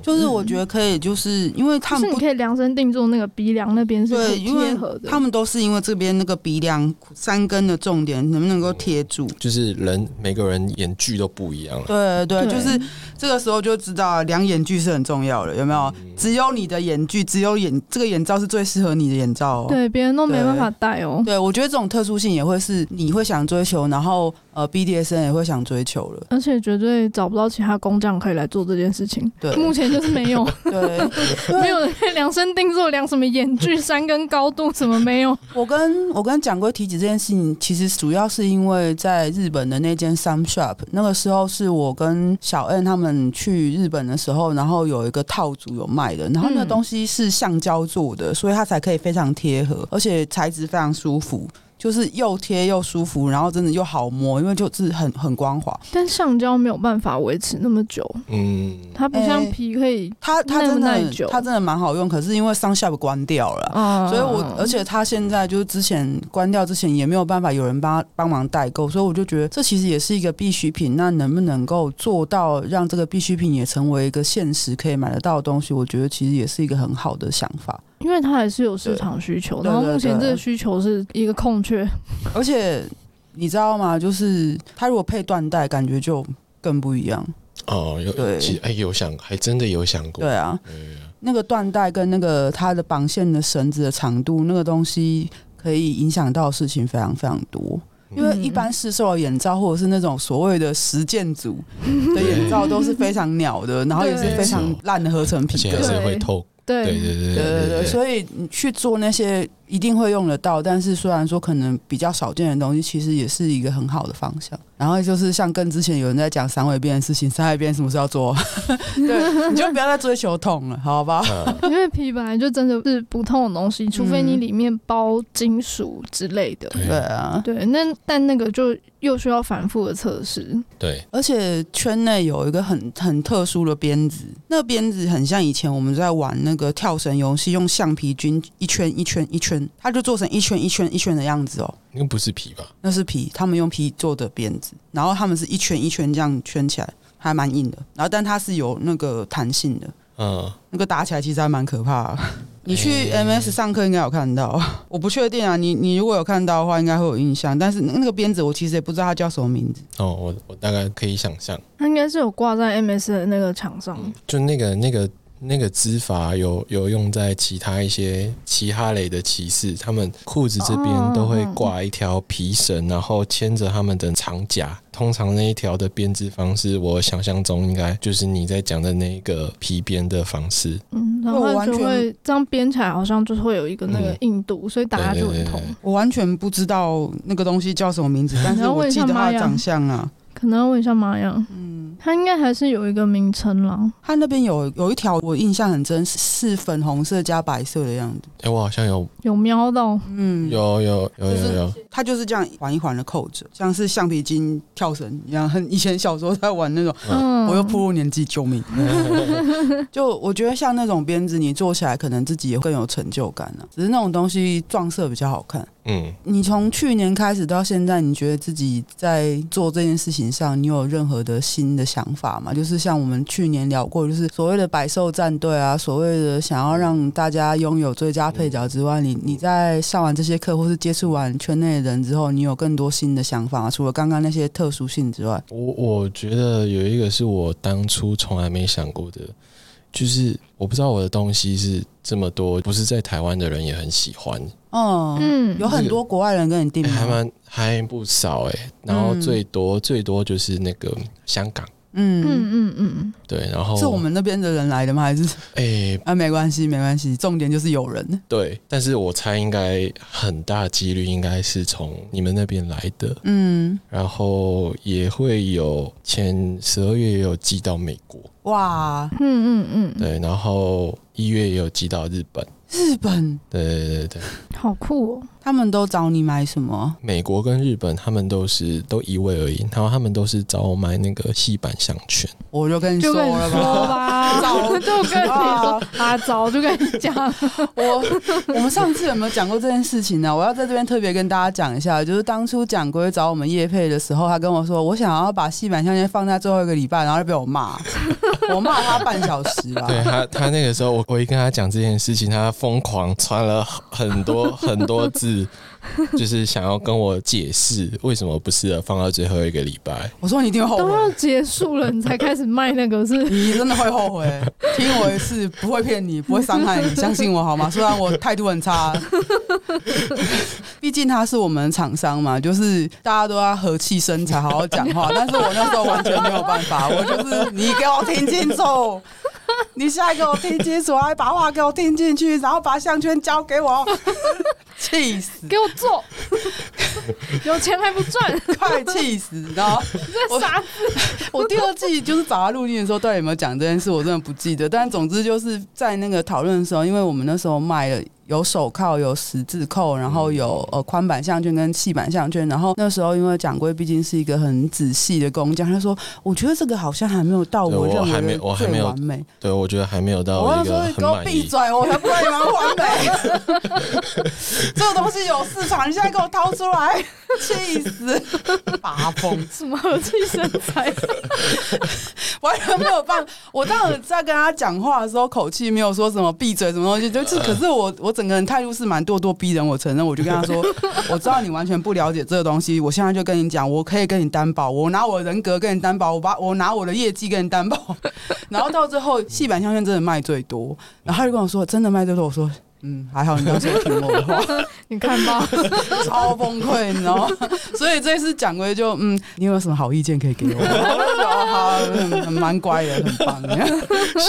Speaker 2: 就是我觉得可以，就是因为他
Speaker 3: 就是
Speaker 2: 们
Speaker 3: 你
Speaker 2: 不
Speaker 3: 可以量身定做那个鼻梁那边是可
Speaker 2: 对，
Speaker 3: 以
Speaker 2: 因为
Speaker 3: 贴合的
Speaker 2: 他。们都是因为这边那个鼻梁三根的重点能不能够贴住。
Speaker 1: 就是人每个人眼距都不一样了。
Speaker 2: 对对，
Speaker 3: 对
Speaker 2: 就是这个时候就知道量眼距是很重要的，有没有？
Speaker 1: 嗯
Speaker 2: 只有你的眼距，只有眼这个眼罩是最适合你的眼罩哦。
Speaker 3: 对，别人都没办法戴哦、
Speaker 2: 对，我觉得这种特殊性也会是你会想追求，然后呃，BDSN 也会想追求了。
Speaker 3: 而且绝对找不到其他工匠可以来做这件事情。
Speaker 2: 对
Speaker 3: 目前就是没有，
Speaker 2: 对，
Speaker 3: 没有人可以量身定做，量什么眼距、三根高度，什么没有。
Speaker 2: 我跟我跟蒋龟提起这件事情，其实主要是因为在日本的那间 Sam Shop，那个时候是我跟小 N 他们去日本的时候，然后有一个套组有卖的，然后那个
Speaker 3: 嗯
Speaker 2: 东西是橡胶做的，所以它才可以非常贴合，而且材质非常舒服。就是又贴又舒服，然后真的又好摸，因为就是很很光滑。
Speaker 3: 但橡胶没有办法维持那么久，
Speaker 1: 嗯，
Speaker 3: 它不像
Speaker 2: 哎
Speaker 3: 皮可以
Speaker 2: 它它真的
Speaker 3: 耐不耐
Speaker 2: 很
Speaker 3: 久
Speaker 2: 它真的蛮好用，可是因为 Sun Shop 关掉了，
Speaker 3: 啊、
Speaker 2: 所以我而且他现在就是之前关掉之前也没有办法有人帮他帮忙代购，所以我就觉得这其实也是一个必需品。那能不能够做到让这个必需品也成为一个现实可以买得到的东西？我觉得其实也是一个很好的想法。
Speaker 3: 因为它还是有市场需求，
Speaker 2: 对
Speaker 3: 然后
Speaker 2: 对
Speaker 3: 目前
Speaker 2: 对
Speaker 3: 这个需求是一个空缺，
Speaker 2: 而且你知道吗？就是他如果配缎带，感觉就更不一样。
Speaker 1: 哦，有
Speaker 2: 对
Speaker 1: 其实哎、有想，还真的有想过。
Speaker 2: 对啊，那个缎带跟那个它的绑线的绳子的长度，那个东西可以影响到的事情非常非常多。因为一般市售的眼罩或者是那种所谓的实践组的眼罩都是非常鸟的，然后也是非常烂的合成
Speaker 1: 而
Speaker 2: 皮
Speaker 1: 且
Speaker 2: 革
Speaker 1: 还。是
Speaker 3: 对
Speaker 1: 会透。
Speaker 3: 对
Speaker 1: 对对对
Speaker 2: 对对对，
Speaker 1: 以
Speaker 2: 所以你去做那些一定会用得到，但是虽然说可能比较少见的东西，其实也是一个很好的方向。然后就是像跟之前有人在讲三维边的事情，三维边什么时候要做？ 对， 你就不要再追求痛了，好 吧？
Speaker 1: 啊
Speaker 3: 因为皮本来就真的是不痛的东西，除非你里面包金属之类的。
Speaker 1: 对
Speaker 2: 对啊，
Speaker 3: 对，那但那个就又需要反复的测试。
Speaker 1: 对，
Speaker 2: 而且圈内有一个很很特殊的鞭子，那个鞭子很像以前我们在玩那个跳绳游戏，用橡皮筋一圈一圈一圈，它就做成一圈一圈一圈的样子哦。
Speaker 1: 那不是皮吧？
Speaker 2: 那是皮，他们用皮做的鞭子，然后他们是一圈一圈这样圈起来，还蛮硬的。然后但它是有那个弹性的，
Speaker 1: 嗯，
Speaker 2: 那个打起来其实还蛮可怕的。你去 MS 上课应该有看到，我不确定啊。你你如果有看到的话，应该会有印象。但是那那个鞭子我其实也不知道它叫什么名字。
Speaker 1: 哦，我我大概可以想象，
Speaker 3: 它应该是有挂在 MS 的那个墙上。
Speaker 1: 就那个那个那个织法有有用在其他一些其他类的骑士，他们裤子这
Speaker 2: 哦
Speaker 1: 边都会挂一条皮绳，然后牵着他们的长甲。通常那一条的编织方式，我想象中应该就是你在讲的那个皮鞭的方式。
Speaker 3: 嗯，然
Speaker 2: 我
Speaker 3: 后
Speaker 2: 完
Speaker 3: 就
Speaker 2: 全
Speaker 3: 会这样编起来，好像就是会有一个那个
Speaker 1: 嗯
Speaker 3: 硬度，所以打下去
Speaker 1: 对
Speaker 3: 很
Speaker 1: 对对
Speaker 3: 痛。
Speaker 1: 对
Speaker 2: 我完全不知道那个东西叫什么名字，但是我记得它的长相啊。
Speaker 3: 可能要问一下玛雅，
Speaker 2: 嗯，
Speaker 3: 它应该还是有一个名称啦。
Speaker 2: 它那边有有一条我印象很真，是粉红色加白色的样子。
Speaker 1: 哎、我好像有
Speaker 3: 有瞄到，
Speaker 2: 嗯，
Speaker 1: 有有有有有，
Speaker 2: 它就是这样一环一环的扣着，像是橡皮筋跳绳一样。很以前小时候在玩那种，
Speaker 3: 嗯，
Speaker 2: 我又步入年纪，救命！就我觉得像那种鞭子，你做起来可能自己也更有成就感了、只是那种东西撞色比较好看。
Speaker 1: 嗯，
Speaker 2: 你从去年开始到现在，你觉得自己在做这件事情上，你有任何的新的想法吗？就是像我们去年聊过，就是所谓的百兽战队啊，所谓的想要让大家拥有最佳配角之外，你你在上完这些课或是接触完圈内的人之后，你有更多新的想法吗？除了刚刚那些特殊性之外，
Speaker 1: 我我觉得有一个是我当初从来没想过的，就是我不知道我的东西是这么多，不是在台湾的人也很喜欢，
Speaker 2: 嗯，
Speaker 3: 嗯，
Speaker 2: 有很多国外人跟你订
Speaker 1: 欸还
Speaker 2: 吗？
Speaker 1: 蛮还不少哎、然后
Speaker 2: 嗯
Speaker 1: 最多、最多就是那个香港，
Speaker 2: 嗯。
Speaker 3: 嗯嗯嗯，
Speaker 1: 对，然后
Speaker 2: 是我们那边的人来的吗？还是
Speaker 1: 哎、
Speaker 2: 啊，没关系，没关系，重点就是有人。
Speaker 1: 对，但是我猜应该很大几率应该是从你们那边来的，
Speaker 2: 嗯，
Speaker 1: 然后也会有前十二月也有寄到美国，
Speaker 2: 哇，
Speaker 3: 嗯嗯嗯，
Speaker 1: 对，然后一月也有寄到日本，
Speaker 2: 日本
Speaker 1: 对对对对，
Speaker 3: 好酷哦。
Speaker 2: 他们都找你买什么？
Speaker 1: 美国跟日本他们都是都一位而已，然后他们都是找我买那个细板项圈，
Speaker 2: 我就跟你
Speaker 3: 就
Speaker 2: 说
Speaker 3: 跟你
Speaker 2: 了
Speaker 3: 说
Speaker 2: 吧。
Speaker 3: 吧，
Speaker 2: 早
Speaker 3: 就跟你说啊，早就跟你讲，
Speaker 2: 我我们上次有没有讲过这件事情呢、我要在这边特别跟大家讲一下，就是当初蒋龟找我们叶配的时候，他跟我说，我想要把戏板项圈放在最后一个礼拜，然后就被我骂，我骂他半小时吧。
Speaker 1: 对他，他那个时候我我一跟他讲这件事情，他疯狂传了很多很多字，就是想要跟我解释为什么不适合放到最后一个礼拜。
Speaker 2: 我说你一定会后
Speaker 3: 都要
Speaker 2: 悔，
Speaker 3: 结束了，你才开始卖那个是
Speaker 2: 你真的会后悔。听我一次，不会骗你，不会伤害你，相信我好吗？虽然我态度很差，毕竟他是我们厂商嘛，就是大家都要和气生财，好好讲话。但是我那时候完全没有办法，我就是你给我听清楚，你现在给我听清楚，还把话给我听进去，然后把项圈交给我，气死，
Speaker 3: 给我做，有钱还不赚，
Speaker 2: 快气死！然后
Speaker 3: 这傻
Speaker 2: 我第二季就是找他录音的时候，到底有没有讲这件事，我真的不记得。但总之就是在那个讨论的时候，因为我们那时候卖了有手铐、有十字扣，然
Speaker 1: 嗯
Speaker 2: 后有呃宽版项圈跟细版项圈。然后那时候因为掌柜毕竟是一个很仔细的工匠，他说我觉得这个好像还没有到
Speaker 1: 对
Speaker 2: 我
Speaker 1: 我
Speaker 2: 认
Speaker 1: 还
Speaker 2: 为
Speaker 1: 没
Speaker 2: 的
Speaker 1: 我还没
Speaker 2: 最
Speaker 1: 有
Speaker 2: 完美。
Speaker 1: 对，我觉得还没有
Speaker 2: 我
Speaker 1: 到
Speaker 2: 要
Speaker 1: 一个
Speaker 2: 说
Speaker 1: 很
Speaker 2: 给我
Speaker 1: 满
Speaker 2: 闭
Speaker 1: 意。
Speaker 2: 嘴，我才不会你们完美。 这个东西有市场，你现在给我掏出来， 气死！发疯。
Speaker 3: 什么和气生财，
Speaker 2: 完全没有办法。我当时在跟他讲话的时候，口气没有说什么闭嘴什么东西，就是可是我我整个人态度是蛮咄咄逼人。我承认，我就跟他说， 我知道你完全不了解这个东西，我现在就跟你讲，我可以跟你担保，我拿我的人格跟你担保，我把我拿我的业绩跟你担保。 然后到最后，戏板项圈真的卖最多，然后他就跟我说，真的卖最多。我说。嗯，还好你当时有听我的话，
Speaker 3: 你看吧，
Speaker 2: 超崩溃，你知道吗？ 所以这次讲归就，嗯，你有没有什么好意见可以给我？我 就说好，嗯蛮乖的，很棒。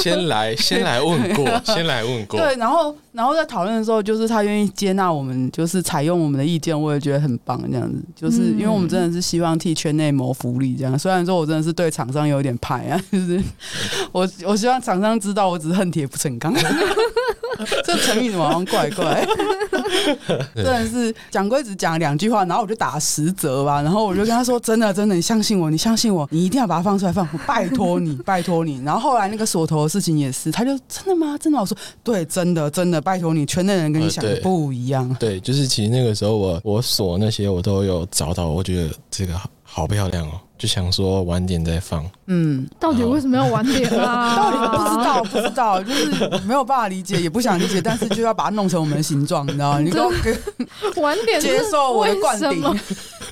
Speaker 1: 先来先来问过， 先来问过。
Speaker 2: 对，然后然后在讨论的时候，就是他愿意接纳我们，就是采用我们的意见，我也觉得很棒。这样子，就是因为我们真的是希望替圈内谋福利。这样，虽然说我真的是对厂商有点派啊， 就是我我希望厂商知道，我只是恨铁不成钢。 这成语怎么好像怪怪？真的是讲规只讲两句话，然后我就打十折吧，然后我就跟他说：“真的，真的，你相信我，你相信我，你一定要把它放出来放， 我拜托你，拜托你。”然后后来那个锁头的事情也是，他就真的吗？真的？我说对，真的，真的，拜托你，圈内人跟你想
Speaker 1: 呃
Speaker 2: 的
Speaker 1: 对
Speaker 2: 不一样。
Speaker 1: 对，就是其实那个时候我我锁那些我都有找到，我觉得这个好好漂亮哦，就想说晚点再放。
Speaker 2: 嗯，
Speaker 3: 到底为什么要晚点啊？
Speaker 2: 道理不知道，不知道，就是没有办法理解，也不想理解，但是就要把它弄成我们的形状，你知道吗？你给 我给
Speaker 3: 知道，晚点是
Speaker 2: 接受我的灌
Speaker 3: 为什
Speaker 2: 顶
Speaker 3: 么，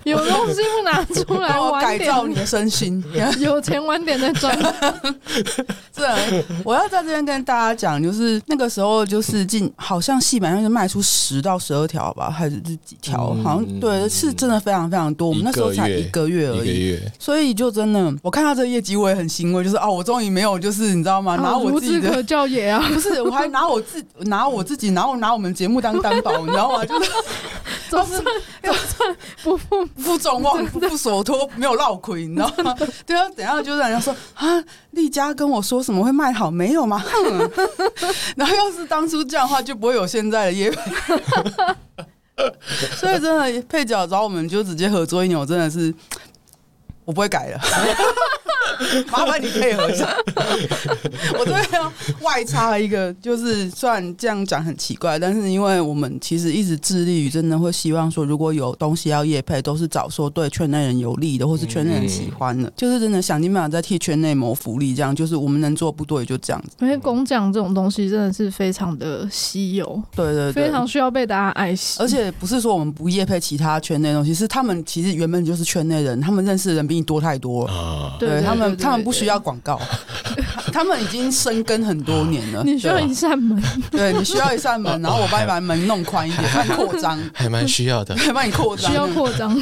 Speaker 3: 有东西不拿出来，
Speaker 2: 帮我
Speaker 3: 晚
Speaker 2: 改造
Speaker 3: 点
Speaker 2: 你的身心。
Speaker 3: 有钱晚点再赚。
Speaker 2: 是，啊我要在这边跟大家讲，就是那个时候就是进，好像戏版上就卖出十到十二条吧，还是几条？
Speaker 1: 嗯
Speaker 2: 好像对，是真的非常非常多。我们那时候才一
Speaker 1: 一
Speaker 2: 个月
Speaker 1: 一
Speaker 2: 而
Speaker 1: 个
Speaker 2: 已。
Speaker 1: 月，
Speaker 2: 所以就真的，我看到这个业绩，我也很欣慰，就是哦，我终于没有，就是你知道吗？拿
Speaker 3: 啊
Speaker 2: 我
Speaker 3: 孺
Speaker 2: 自己
Speaker 3: 子
Speaker 2: 的
Speaker 3: 可教也啊，
Speaker 2: 不是，我还拿我自拿我自己，然后拿我们节目当担保，你 知道吗？就是
Speaker 3: 总算总算不不
Speaker 2: 负众望，不负所托，没有落亏，你知道吗？ 对啊，等一下就是人家说啊，丽佳跟我说什么会卖好，没有吗？哼 然后要是当初这样的话，就不会有现在的业配。 所以真的配角找我们就直接合作一年，我真的是我不会改了。 麻烦你配合一下， 我这边要外插一个，就是虽然这样讲很奇怪，但是因为我们其实一直致力于，真的会希望说，如果有东西要业配，都是找说对圈内人有利的，或是圈内人喜欢的，就是真的想尽办法在替圈内谋福利，这样就是我们能做不多也就这样子。
Speaker 3: 因为工匠这种东西真的是非常的稀有，
Speaker 2: 对对对，
Speaker 3: 非常需要被大家爱惜。
Speaker 2: 而且不是说我们不业配其他圈内的东西，是他们其实原本就是圈内人，他们认识的人比你多太多了。
Speaker 1: 啊，
Speaker 3: 对对
Speaker 2: 他
Speaker 3: 对
Speaker 2: 们，
Speaker 3: 对
Speaker 2: 他们
Speaker 3: 对
Speaker 2: 不需要广告， 他们已经深耕很多年了。 啊
Speaker 3: 你需要一扇门，
Speaker 2: 对你需要一扇门，然后我帮你把门弄宽一点，帮你扩张，
Speaker 1: 还蛮需要 的。
Speaker 2: 对，帮你扩张
Speaker 3: 需。要扩张。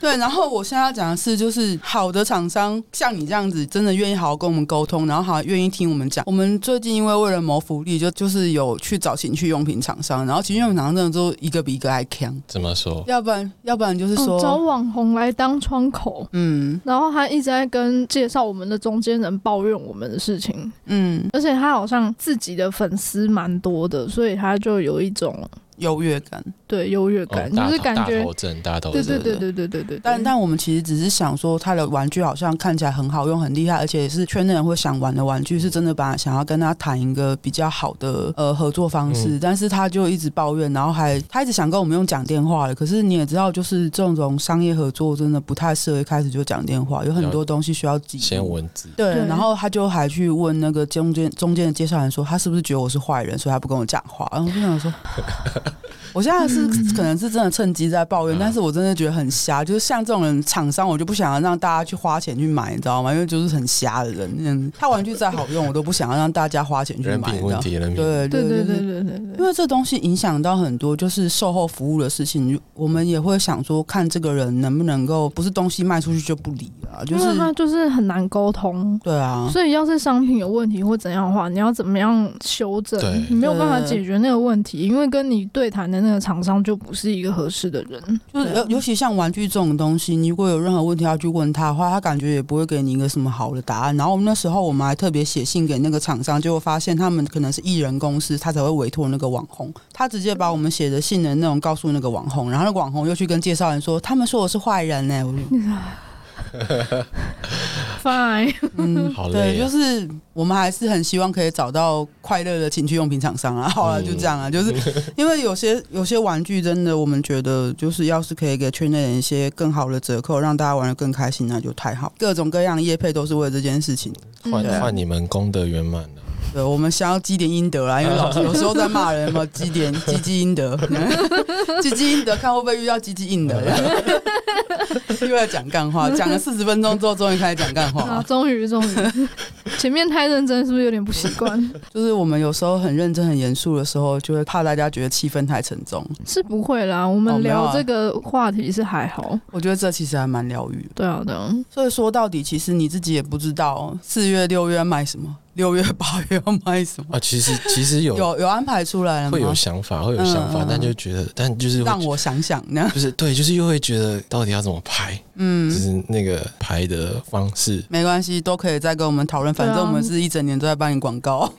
Speaker 2: 对，然后我现在要讲的是，就是好的厂商像你这样子，真的愿意好好跟我们沟通，然后好好愿意听我们讲。我们最近因为为了谋福利，就就是有去找情趣用品厂商，然后情趣用品厂商真的都一个比一个还强，
Speaker 1: 怎么说？
Speaker 2: 要不然要不然就是
Speaker 3: 嗯找
Speaker 2: 说，
Speaker 3: 网红来当窗口。
Speaker 2: 嗯
Speaker 3: 然后他一直在跟介绍我们的中间人抱怨我们的事情，
Speaker 2: 嗯，
Speaker 3: 而且他好像自己的粉丝蛮多的，所以他就有一种
Speaker 2: 优越感。
Speaker 3: 对优越
Speaker 1: 哦
Speaker 3: 感，
Speaker 1: 大
Speaker 3: 就
Speaker 1: 头
Speaker 3: 是感
Speaker 1: 大
Speaker 3: 觉
Speaker 1: 头症，大头
Speaker 3: 对
Speaker 1: 症，
Speaker 3: 对对对对对对。
Speaker 2: 但但我们其实只是想说，他的玩具好像看起来很好用、很厉害，而且是圈内人会想玩的玩具，是真的把想要跟他谈一个比较好的呃合作方式。但是他就一直抱怨，然后还他一直想跟我们用讲电话的。可是你也知道，就是这种商业合作真的不太适合一开始就讲电话，有很多东西需要记录
Speaker 1: 先文字，
Speaker 2: 对，
Speaker 3: 对
Speaker 2: 然后他就还去问那个中间中间的介绍人说，他是不是觉得我是坏人，所以他不跟我讲话。然后我就想说， 我现在是
Speaker 3: 嗯
Speaker 2: 可能是真的趁机在抱怨，但是我真的觉得很瞎。就是像这种人，厂商我就不想要让大家去花钱去买，你知道吗？因为就是很瞎的人，嗯，他玩具再好用，我都不想要让大家花钱去
Speaker 1: 人
Speaker 2: 买，你
Speaker 1: 品
Speaker 2: 知
Speaker 1: 问
Speaker 2: 道吗？
Speaker 1: 题，人品。
Speaker 2: 对
Speaker 3: 对
Speaker 2: 对
Speaker 3: 对对对对对
Speaker 2: 因为这东西影响到很多就是售后服务的事情，我们也会想说，看这个人能不能够不是东西卖出去就不理了，就
Speaker 3: 因
Speaker 2: 是
Speaker 3: 为他就是很难沟通。
Speaker 2: 对啊，
Speaker 3: 所以，要是商品有问题或怎样的话，你要怎么样修正
Speaker 1: 对？
Speaker 3: 你没有办法
Speaker 2: 对
Speaker 3: 解决那个问题，因为跟你对谈的那个厂商就不是一个合适的人。
Speaker 2: 就是尤尤其像玩具这种东西，你如果有任何问题要去问他的话，他感觉也不会给你一个什么好的答案。然后我们那时候我们还特别写信给那个厂商，结果发现他们可能是艺人公司，他才会委托那个网红，他直接把我们写的信的内容告诉那个网红，然后那个网红又去跟介绍人说，他们说我是坏人呢、我就
Speaker 3: Fine，
Speaker 2: 嗯，
Speaker 1: 好累啊
Speaker 2: 对，就是我们还是很希望可以找到快乐的情趣用品厂商啊。 好了，
Speaker 1: 嗯
Speaker 2: 就这样啊，就是因为有些有些玩具真的，我们觉得就是要是可以给圈内人一些更好的折扣，让大家玩的更开心，那就太好。各种各样的业配都是为了这件事情。
Speaker 1: 换
Speaker 3: 嗯
Speaker 2: 对啊
Speaker 1: 换你们功德圆满了，
Speaker 2: 对，我们想要积点阴德 啦，因为老师有时候在骂人嘛，积点积积阴德， 积积阴德，看会不会遇到积积阴德。 又要讲干话，讲了四十分钟之后，终于开始讲干话
Speaker 3: 啊，
Speaker 2: 了。
Speaker 3: 终于 终于，前面太认真是不是有点不习惯？
Speaker 2: 就是我们有时候很认真、很严肃的时候，就会怕大家觉得气氛太沉重。
Speaker 3: 是不会啦，我
Speaker 2: 哦
Speaker 3: 们
Speaker 2: 没有啊
Speaker 3: 聊这个话题是还好。
Speaker 2: 我觉得这其实还蛮疗愈的。
Speaker 3: 对啊，对啊，
Speaker 2: 所以说到底，其实你自己也不知道四月、六月要卖什么，六月、八月要卖什么，
Speaker 1: 啊！其 实其实 有
Speaker 2: 有有安排出来了
Speaker 1: 会有
Speaker 2: 吗？
Speaker 1: 想法，会有想
Speaker 2: 嗯
Speaker 1: 法
Speaker 2: 嗯，
Speaker 1: 但就觉得，但就是
Speaker 2: 让
Speaker 1: 会
Speaker 2: 我想想 呢。
Speaker 1: 不是对，就是又会觉得到底要怎么拍，就
Speaker 2: 嗯，
Speaker 1: 是那个拍的方式。
Speaker 2: 没关系，都可以再跟我们讨论。反
Speaker 3: 对
Speaker 2: 正
Speaker 3: 啊
Speaker 2: 我们是一整年都在帮你广 告。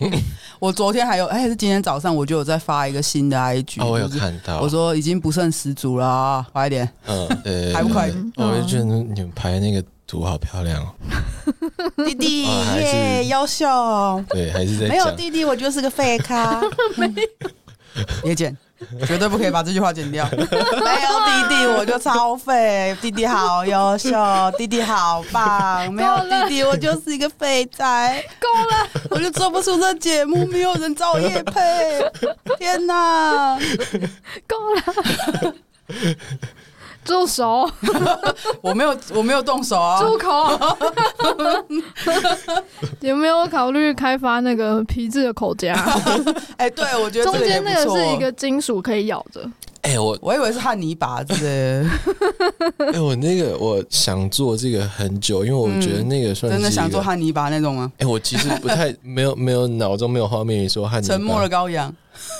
Speaker 2: 我昨天还有，哎，还是今天早上我就有在发一个新的 IG，、
Speaker 1: 啊，我有
Speaker 2: 就是
Speaker 1: 看到，
Speaker 2: 我说已经不胜十足了啊，快一点。
Speaker 1: 嗯，对，
Speaker 2: 还不快
Speaker 1: 嗯我就觉得你们拍那个图好漂亮哦，
Speaker 2: 弟弟
Speaker 1: 啊还是
Speaker 2: 耶，优秀哦。
Speaker 1: 对，还是在
Speaker 2: 没有
Speaker 1: 讲
Speaker 2: 弟弟，我就是个废咖。没有，别剪，绝对不可以把这句话剪 掉。没有弟弟我就超废，弟弟好优秀，弟弟好棒，没有弟弟我就是一个废宅，
Speaker 3: 够了，
Speaker 2: 我就做不出这节目，没有人找我夜配， 天哪！
Speaker 3: 够了， 住手，
Speaker 2: 我没有我没有动手啊，
Speaker 3: 住口！ 有没有考虑开发那个皮质的口夹？
Speaker 2: 哎、对我觉得
Speaker 3: 中
Speaker 2: 这也
Speaker 3: 间
Speaker 2: 不
Speaker 3: 那个
Speaker 2: 错
Speaker 1: 啊
Speaker 2: 哦
Speaker 3: 是一个金属可以咬着，
Speaker 1: 哎、我
Speaker 2: 我以为是汉尼拔之类 的，
Speaker 1: 哎、我那个我想做这个很久，因为我觉得那个算是
Speaker 2: 嗯真的想做
Speaker 1: 一个。
Speaker 2: 汉尼拔那种啊吗？
Speaker 1: 哎、我其实不太没有没有脑中没有画面，你说汉尼拔
Speaker 2: 沉默的羔羊，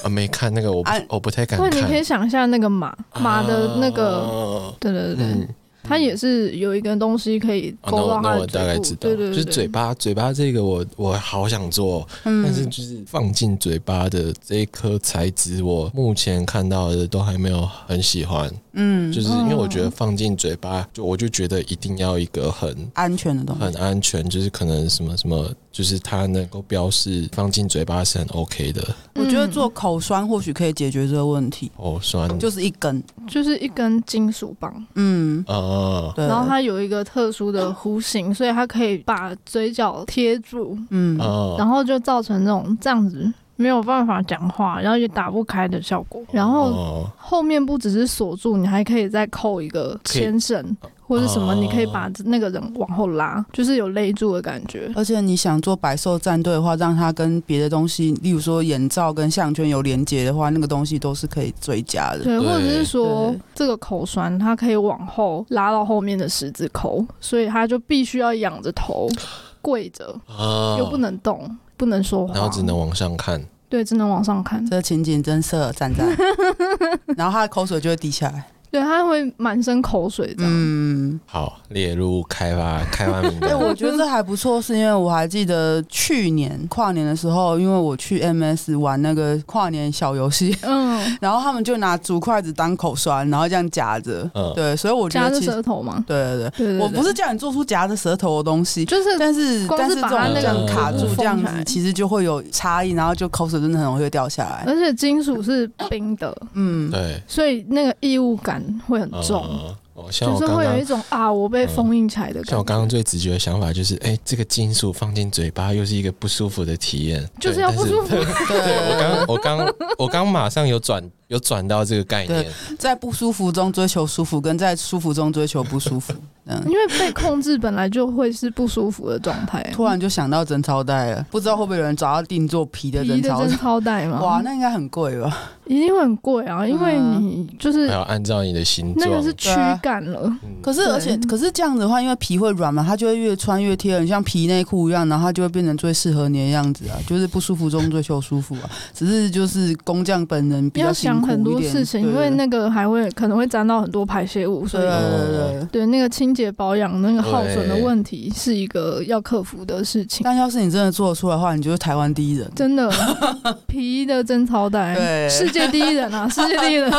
Speaker 1: 啊，没看那个我不、
Speaker 2: 啊
Speaker 1: 我不太敢
Speaker 3: 或者你可以
Speaker 1: 看
Speaker 3: 想一下那个马马的那个，
Speaker 1: 啊
Speaker 3: 对对对，
Speaker 1: 嗯，
Speaker 3: 它也是有一个东西可以
Speaker 1: 啊那
Speaker 3: 勾
Speaker 1: 我
Speaker 3: 到
Speaker 1: 那
Speaker 3: 它的
Speaker 1: 我大概
Speaker 3: 嘴部
Speaker 1: 知道，
Speaker 3: 对对对，
Speaker 1: 就是嘴巴嘴巴这个我我好想做，哦但是
Speaker 2: 嗯，
Speaker 1: 就是放进嘴巴的这一颗材质，我目前看到的都还没有很喜欢，
Speaker 2: 嗯，
Speaker 1: 就是因为我觉得放进嘴巴，就我就觉得一定要一个很。
Speaker 2: 安全的东西
Speaker 1: 很。安全，就是可能什么什么，就是它能够标示放进嘴巴是很 OK 的。
Speaker 2: 我觉得
Speaker 3: 嗯
Speaker 2: 做口栓或许可以解决这个问题，
Speaker 1: 哦，酸
Speaker 2: 就是一根，
Speaker 3: 就是一根金属棒，
Speaker 2: 嗯，
Speaker 1: 啊，
Speaker 2: 对，
Speaker 3: 然后它有一个特殊的弧形，所以它可以把嘴角贴住，
Speaker 2: 嗯，
Speaker 1: 啊
Speaker 3: 然后就造成这种这样子没有办法讲话，然后也打不开的效果。然后
Speaker 1: 哦
Speaker 3: 后面不只是锁住，你还可以再扣一个牵绳或者什么，
Speaker 1: 哦
Speaker 3: 你可以把那个人往后拉，就是有勒住的感觉。
Speaker 2: 而且你想做百兽战队的话，让它跟别的东西，例如说眼罩跟项圈有连接的话，那个东西都是可以追加的。
Speaker 3: 对，或者是说
Speaker 2: 对
Speaker 3: 这个口栓，它可以往后拉到后面的十字扣，所以它就必须要仰着头跪着，
Speaker 1: 啊
Speaker 3: 又不，能动，不能说话，
Speaker 1: 然后只能往上看。
Speaker 3: 对，只能往上看。
Speaker 2: 这情景真适合 站站，然后他的口水就会滴下来。
Speaker 3: 对，它会满身口水这样。
Speaker 2: 嗯，
Speaker 1: 好，列入开发开发名
Speaker 2: 哎、
Speaker 1: 单。
Speaker 2: 我觉得这还不错，是因为我还记得去年跨年的时候，因为我去 MS 玩那个跨年小游戏，
Speaker 3: 嗯，
Speaker 2: 然后他们就拿竹筷子当口栓，然后这样夹着。
Speaker 1: 嗯，
Speaker 2: 对，所以我觉
Speaker 3: 夹
Speaker 2: 得
Speaker 3: 着
Speaker 2: 其实，
Speaker 3: 舌头嘛。
Speaker 2: 对哦对对，
Speaker 3: 对对对
Speaker 2: 我不是叫你做出夹着舌头的东西，
Speaker 3: 就是
Speaker 2: 但是
Speaker 3: 光
Speaker 2: 但
Speaker 3: 是
Speaker 2: 是这
Speaker 3: 把
Speaker 2: 种
Speaker 3: 它
Speaker 1: 那
Speaker 2: 这
Speaker 1: 个
Speaker 2: 样卡
Speaker 1: 部
Speaker 2: 住
Speaker 1: 分
Speaker 2: 这样
Speaker 3: 封起
Speaker 2: 子，
Speaker 3: 来
Speaker 2: 其实就会有差异，然后就口水真的很容易会掉下来。
Speaker 3: 而且金属是冰的，
Speaker 2: 嗯，
Speaker 1: 对，
Speaker 3: 所以那个异物感会很重，
Speaker 1: 嗯哦，像
Speaker 3: 就
Speaker 1: 我
Speaker 3: 是
Speaker 1: 刚
Speaker 3: 会有
Speaker 1: 刚
Speaker 3: 一种啊，我
Speaker 2: 嗯
Speaker 3: 被封印起来的
Speaker 1: 像我
Speaker 3: 感
Speaker 1: 刚
Speaker 3: 觉
Speaker 1: 刚。最直觉的想法就是，哎、这个金属放进嘴巴又是一个不舒服的体验，
Speaker 3: 就是
Speaker 1: 对
Speaker 3: 要
Speaker 1: 但
Speaker 3: 不舒服
Speaker 1: 对
Speaker 2: 对，
Speaker 1: 我刚我刚我刚马上有转有转到这个概念，
Speaker 2: 在不舒服中追求舒服，跟在舒服中追求不舒 服。嗯，
Speaker 3: 因为被控制本来就会是不舒服的状态。
Speaker 2: 突然就想到贞操带了，不知道会不会有人找到定做皮的
Speaker 3: 皮
Speaker 2: 贞
Speaker 3: 的
Speaker 2: 操
Speaker 3: 真
Speaker 2: 带。
Speaker 3: 超带嘛，
Speaker 2: 哇，那应该很贵吧？
Speaker 3: 一定会很贵啊，因为
Speaker 2: 嗯
Speaker 3: 你就是
Speaker 1: 还要按照你的形
Speaker 3: 那
Speaker 1: 状。
Speaker 3: 个是躯
Speaker 2: 啊
Speaker 3: 干了，
Speaker 1: 嗯
Speaker 2: 可是而且
Speaker 3: 对
Speaker 2: 可是这样子的话，因为皮会软嘛，它就会越穿越贴，很像皮内裤一样，然后它就会变成最适合你的样子啊，就是不舒服中追求舒服啊。只是就是工匠本人比较
Speaker 3: 要
Speaker 2: 辛
Speaker 3: 想
Speaker 2: 苦
Speaker 3: 很
Speaker 2: 一
Speaker 3: 多
Speaker 2: 点
Speaker 3: 事情，
Speaker 2: 对
Speaker 3: 因为那个还会可能会沾到很多排泄物，所
Speaker 2: 对啊
Speaker 3: 以
Speaker 2: 对对。
Speaker 3: 对那个清洁保养那个耗损的问题是一个要克服的事情。
Speaker 2: 但要是你真的做得出来的话，你就是台湾第一人。
Speaker 3: 真的，皮衣的贞操带，
Speaker 2: 对
Speaker 3: 世界第一人啊，世界第一 人，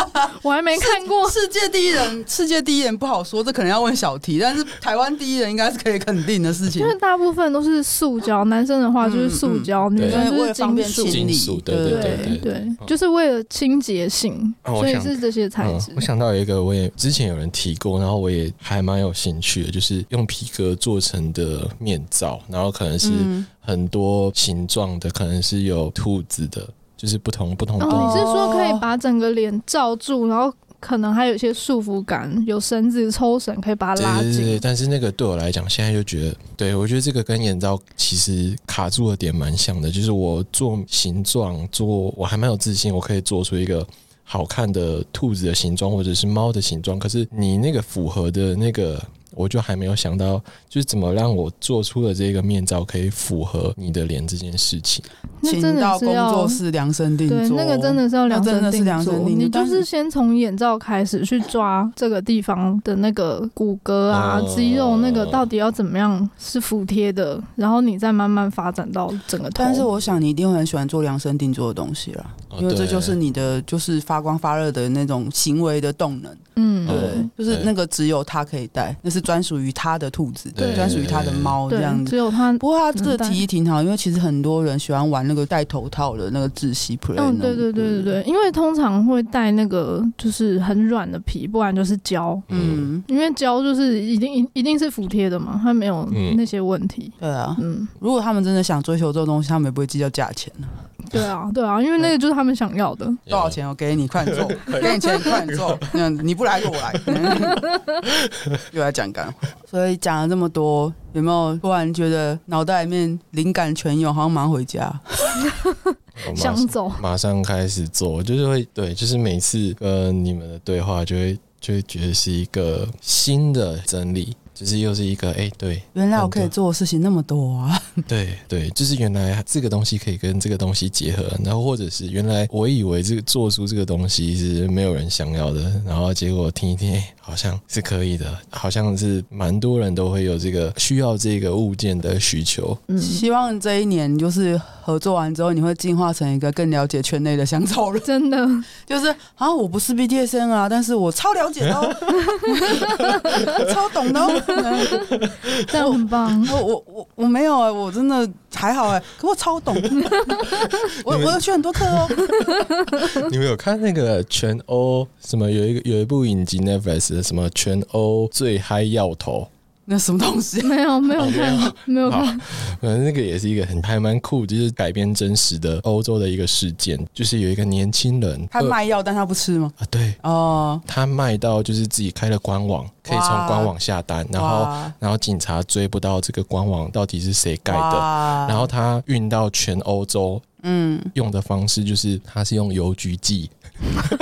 Speaker 3: 我还没看过。
Speaker 2: 世界第一 人，世界第一人不好说，这可能要问小提。但是台湾第一人应该是可以肯定的事情
Speaker 3: 因。为大部分都是塑胶，男生的话就是塑胶，女
Speaker 1: 嗯对
Speaker 3: 生
Speaker 2: 嗯为
Speaker 3: 就是
Speaker 2: 了方
Speaker 3: 金
Speaker 2: 便
Speaker 3: 属。
Speaker 2: 清理
Speaker 1: 金属，对
Speaker 2: 对
Speaker 1: 对
Speaker 3: 对对，就是为了清洁性，
Speaker 1: 啊我
Speaker 3: 所以
Speaker 1: 想
Speaker 3: 是这些材
Speaker 1: 嗯
Speaker 3: 质，
Speaker 1: 我。想到有一个，我也之前有人提过，然后我也还蛮有兴趣的，就是用皮革做成的面罩，然后可能是
Speaker 2: 嗯，
Speaker 1: 很多形状的，可能是有兔子的，就是不同不同的。
Speaker 3: 哦，你是说可
Speaker 2: 哦
Speaker 3: 以把整个脸罩住，然后可能还有一些束缚感，有绳子抽绳可以把它
Speaker 1: 对
Speaker 3: 拉
Speaker 1: 对对，对
Speaker 3: 紧。
Speaker 1: 但是那个对我来讲，现在就觉得，对我觉得这个跟眼罩其实卡住的点蛮像的，就是我做形状，做我还蛮有自信，我可以做出一个好看的兔子的形状或者是猫的形状，可是你那个符合的那个。我就还没有想到，就是怎么让我做出的这个面罩可以符合你的脸这件事情。
Speaker 3: 那真
Speaker 2: 请到
Speaker 3: 的是
Speaker 2: 工
Speaker 3: 要
Speaker 2: 作室量身定
Speaker 3: 对
Speaker 2: 做，
Speaker 3: 那个真的是要量
Speaker 2: 那真的
Speaker 3: 身
Speaker 2: 是
Speaker 3: 定
Speaker 2: 量
Speaker 3: 做
Speaker 2: 身，定做
Speaker 3: 你就
Speaker 2: 但
Speaker 3: 是
Speaker 2: 是
Speaker 3: 先从眼罩开始去抓这个地方的那个骨骼啊、
Speaker 1: 哦
Speaker 3: 肌肉那个到底要怎么样是服帖的，然后你再慢慢发展到整个头。
Speaker 2: 但是我想你一定会很喜欢做量身定做的东西啦，
Speaker 1: 哦
Speaker 2: 因为这
Speaker 1: 对
Speaker 2: 就是你的就是发光发热的那种行为的动能，
Speaker 3: 嗯，
Speaker 1: 哦
Speaker 2: 对，就是那个只有他可以带，那是是专属于他的兔子，
Speaker 1: 对
Speaker 2: 专属于他的猫这
Speaker 3: 对嗯
Speaker 2: 样，子。
Speaker 3: 只有他，
Speaker 2: 不过他这个
Speaker 3: 能戴
Speaker 2: 提议挺好，因为其实很多人喜欢玩那个戴头套的那个窒息 play 那种。
Speaker 3: 嗯，对对对对对，因为通常会带那个就是很软的皮，不然就是胶，
Speaker 2: 嗯，
Speaker 3: 因为胶就是一定一一定是服帖的嘛，它没有
Speaker 1: 嗯
Speaker 3: 那些问题。
Speaker 2: 对啊。
Speaker 3: 嗯，
Speaker 2: 如果他们真的想追求这个东西，他们也不会计较价钱啊
Speaker 3: 对啊，对啊，因为那个就是他们想要的。
Speaker 2: 多少钱我给你，快点做，给你钱快点做，这样子你不来就我来，又来讲干话。所以讲了这么多，有没有突然觉得脑袋里面灵感全涌，好像忙回家？
Speaker 1: 我马
Speaker 3: 想
Speaker 1: 上
Speaker 3: 走，
Speaker 1: 马上开始做，就是会对，就是每次跟你们的对话，就会就会觉得是一个新的整理，就是又是一个哎、对
Speaker 2: 原来我可以做的事情那么多啊！
Speaker 1: 对对，就是原来这个东西可以跟这个东西结合，然后或者是原来我以为这个做出这个东西是没有人想要的，然后结果听一听，哎，好像是可以的，好像是蛮多人都会有这个需要这个物件的需求，
Speaker 3: 嗯，
Speaker 2: 希望这一年就是合作完之后，你会进化成一个更了解圈内的香草人。
Speaker 3: 真的，
Speaker 2: 就是啊，我不是 BDSM 啊，但是我超了解的哦，超懂的哦。
Speaker 3: 这样很 棒。
Speaker 2: 我我我我没有哎、我真的还好哎、可我 超懂。我我有去很多课哦。
Speaker 1: 你们有看那个全欧什么有一个有一部影集 Netflix 的什么全欧最嗨药头，
Speaker 2: 那什么东西？
Speaker 3: 没有没有看， 没有
Speaker 1: 好
Speaker 3: 看，
Speaker 1: 反正那个也是一个很还蛮酷，就是改编真实的欧洲的一个事件，就是有一个年轻人
Speaker 2: 他
Speaker 1: 呃
Speaker 2: 卖药，但他不吃吗？
Speaker 1: 啊，对
Speaker 2: 哦，
Speaker 1: 他卖到就是自己开了官网，可以从
Speaker 2: 哇
Speaker 1: 官网下单，然后
Speaker 2: 哇
Speaker 1: 然后警察追不到这个官网到底是谁盖的，
Speaker 2: 哇
Speaker 1: 然后他运到全欧洲，
Speaker 2: 嗯，
Speaker 1: 用的方式就是他是用邮局寄，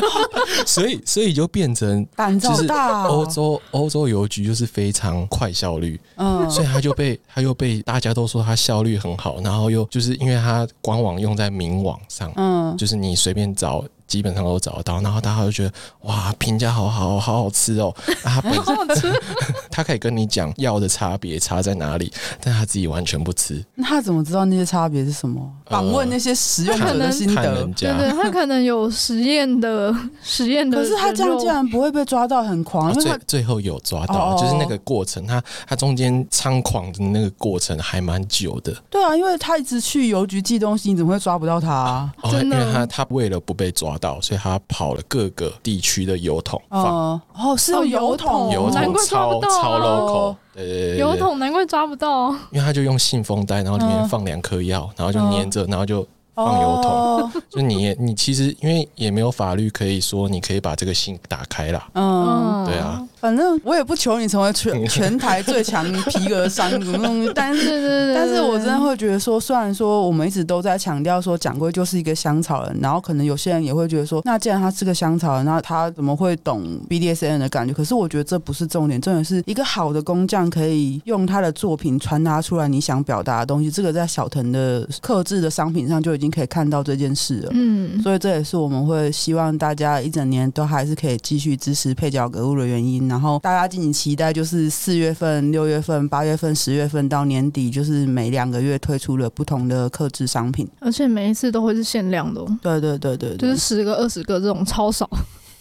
Speaker 1: 所以所以就变成
Speaker 2: 胆子好
Speaker 1: 就是
Speaker 2: 大哦
Speaker 1: 欧洲欧洲邮局就是非常快效率，
Speaker 2: 嗯
Speaker 1: 所以他就被他又被大家都说他效率很好，然后又就是因为他官网用在明网上，
Speaker 2: 嗯，
Speaker 1: 就是你随便找。基本上都找得到，然后大家就觉得哇，评价好好，好好吃哦！啊，他 本
Speaker 3: 好好吃。
Speaker 1: 他可以跟你讲药的差别差在哪里，但他自己完全不吃，
Speaker 2: 那他怎么知道那些差别是什么？
Speaker 1: 呃
Speaker 2: 访问那些使用者的心
Speaker 1: 看
Speaker 2: 得
Speaker 1: 人。
Speaker 3: 对
Speaker 1: 家。
Speaker 3: 对，他可能有实验的 实验的
Speaker 2: 可
Speaker 3: 人肉，
Speaker 2: 是他这样竟然不会被抓到，很狂，
Speaker 1: 啊
Speaker 2: 因为
Speaker 1: 最
Speaker 2: 他
Speaker 1: 最后有抓
Speaker 2: 哦
Speaker 1: 到，
Speaker 2: 哦
Speaker 1: 就是那个过程，他他中间猖狂的那个过程还蛮久的，
Speaker 2: 对啊，因为他一直去邮局寄东西，你怎么会抓不到他啊？
Speaker 1: 哦，
Speaker 3: 真
Speaker 1: 因
Speaker 3: 的
Speaker 1: 为他他为了不被抓到，所以他跑了各个地区的邮筒放
Speaker 2: 哦，哦，是
Speaker 3: 哦
Speaker 2: 用
Speaker 3: 邮
Speaker 2: 邮筒，
Speaker 3: 筒
Speaker 1: 邮
Speaker 3: 难
Speaker 1: 筒
Speaker 3: 怪抓
Speaker 1: 超
Speaker 3: 不到啊
Speaker 1: 超 local，
Speaker 2: 哦
Speaker 1: 对对对对
Speaker 3: 油
Speaker 1: 对，
Speaker 3: 桶，难怪抓不到。
Speaker 1: 因为他就用信封袋，然后里面
Speaker 2: 嗯
Speaker 1: 放两颗药，然后就
Speaker 2: 嗯
Speaker 1: 粘着，然后就。放邮筒，
Speaker 2: 哦，
Speaker 1: 就你也你其实因为也没有法律可以说你可以把这个信打开啦，
Speaker 2: 嗯，
Speaker 1: 对啊，
Speaker 2: 反正我也不求你成为全全台最强皮革商什么东西，但
Speaker 3: 对
Speaker 2: 是。
Speaker 3: 对对，
Speaker 2: 但是我
Speaker 3: 对
Speaker 2: 真的会觉得说，虽然说我们一直都在强调说掌柜就是一个香草人，然后可能有些人也会觉得说，那既然他是个香草人，那他怎么会懂 BDSN 的感觉？可是我觉得这不是重点，重点是一个好的工匠可以用他的作品传达出来你想表达的东西。这个在小藤的克制的商品上就已经可以看到这件事了。
Speaker 3: 嗯，
Speaker 2: 所以这也是我们会希望大家一整年都还是可以继续支持配角格物的原因。然后大家敬请期待，就是四月份、六月份、八月份、十月份到年底，就是每两个月推出了不同的克制商品。
Speaker 3: 而且每一次都会是限量的哦，
Speaker 2: 对对对对
Speaker 3: 就
Speaker 2: 对，
Speaker 3: 是十个、二十个这种 超少。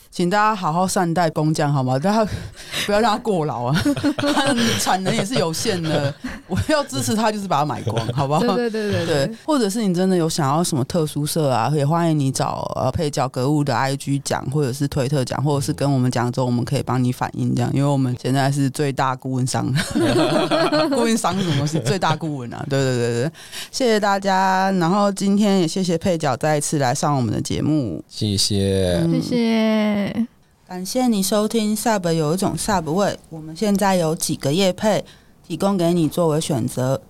Speaker 2: 请大家好好善待工匠，好吗？大家不要让他过劳啊， 他的产能也是有限的。我要支持他，就是把它买光，好不好？
Speaker 3: 对对对对
Speaker 2: 对，或者是你真的有想要什么特殊社啊，也欢迎你找呃配角格物的 IG 讲，或者是推特讲，或者是跟我们讲之后，我们可以帮你反映这样，因为我们现在是最大顾问商，顾问商是什么是最大顾问啊？对对对对，谢谢大家，然后今天也谢谢配角再一次来上我们的节目，
Speaker 1: 谢谢，
Speaker 2: 嗯
Speaker 3: 谢谢。
Speaker 2: 感谢你收听 Sub 有一种 Sub 味，我们现在有几个业配提供给你作为选择。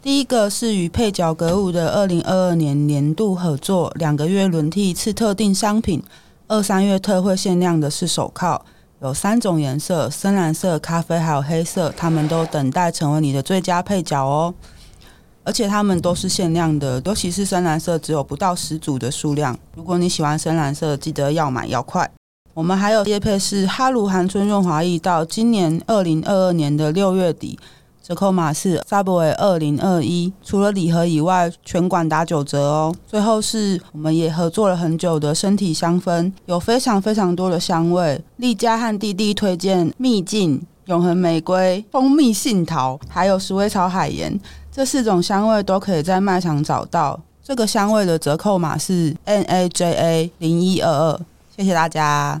Speaker 2: 第一个是与配角格物的二零二二年年度合作，两个月轮替一次特定商品，二三月特惠限量的是手铐，有三种颜色：深蓝色、咖啡还有黑色，它们都等待成为你的最佳配角哦。而且它们都是限量的，尤其是深蓝色，只有不到十组的数量。如果你喜欢深蓝色，记得要买要快。我们还有业配是哈鲁含春润滑液，到今年二零二二年的六月底，折扣码是 Subway 二零二一。除了礼盒以外，全馆打九折哦。最后是我们也合作了很久的身体香氛，有非常非常多的香味。丽佳和弟弟推荐秘境。永恒玫瑰、蜂蜜杏桃，还有鼠尾草海盐，这四种香味都可以在卖场找到。这个香味的折扣码是 N A J A 零一二二，谢谢大家。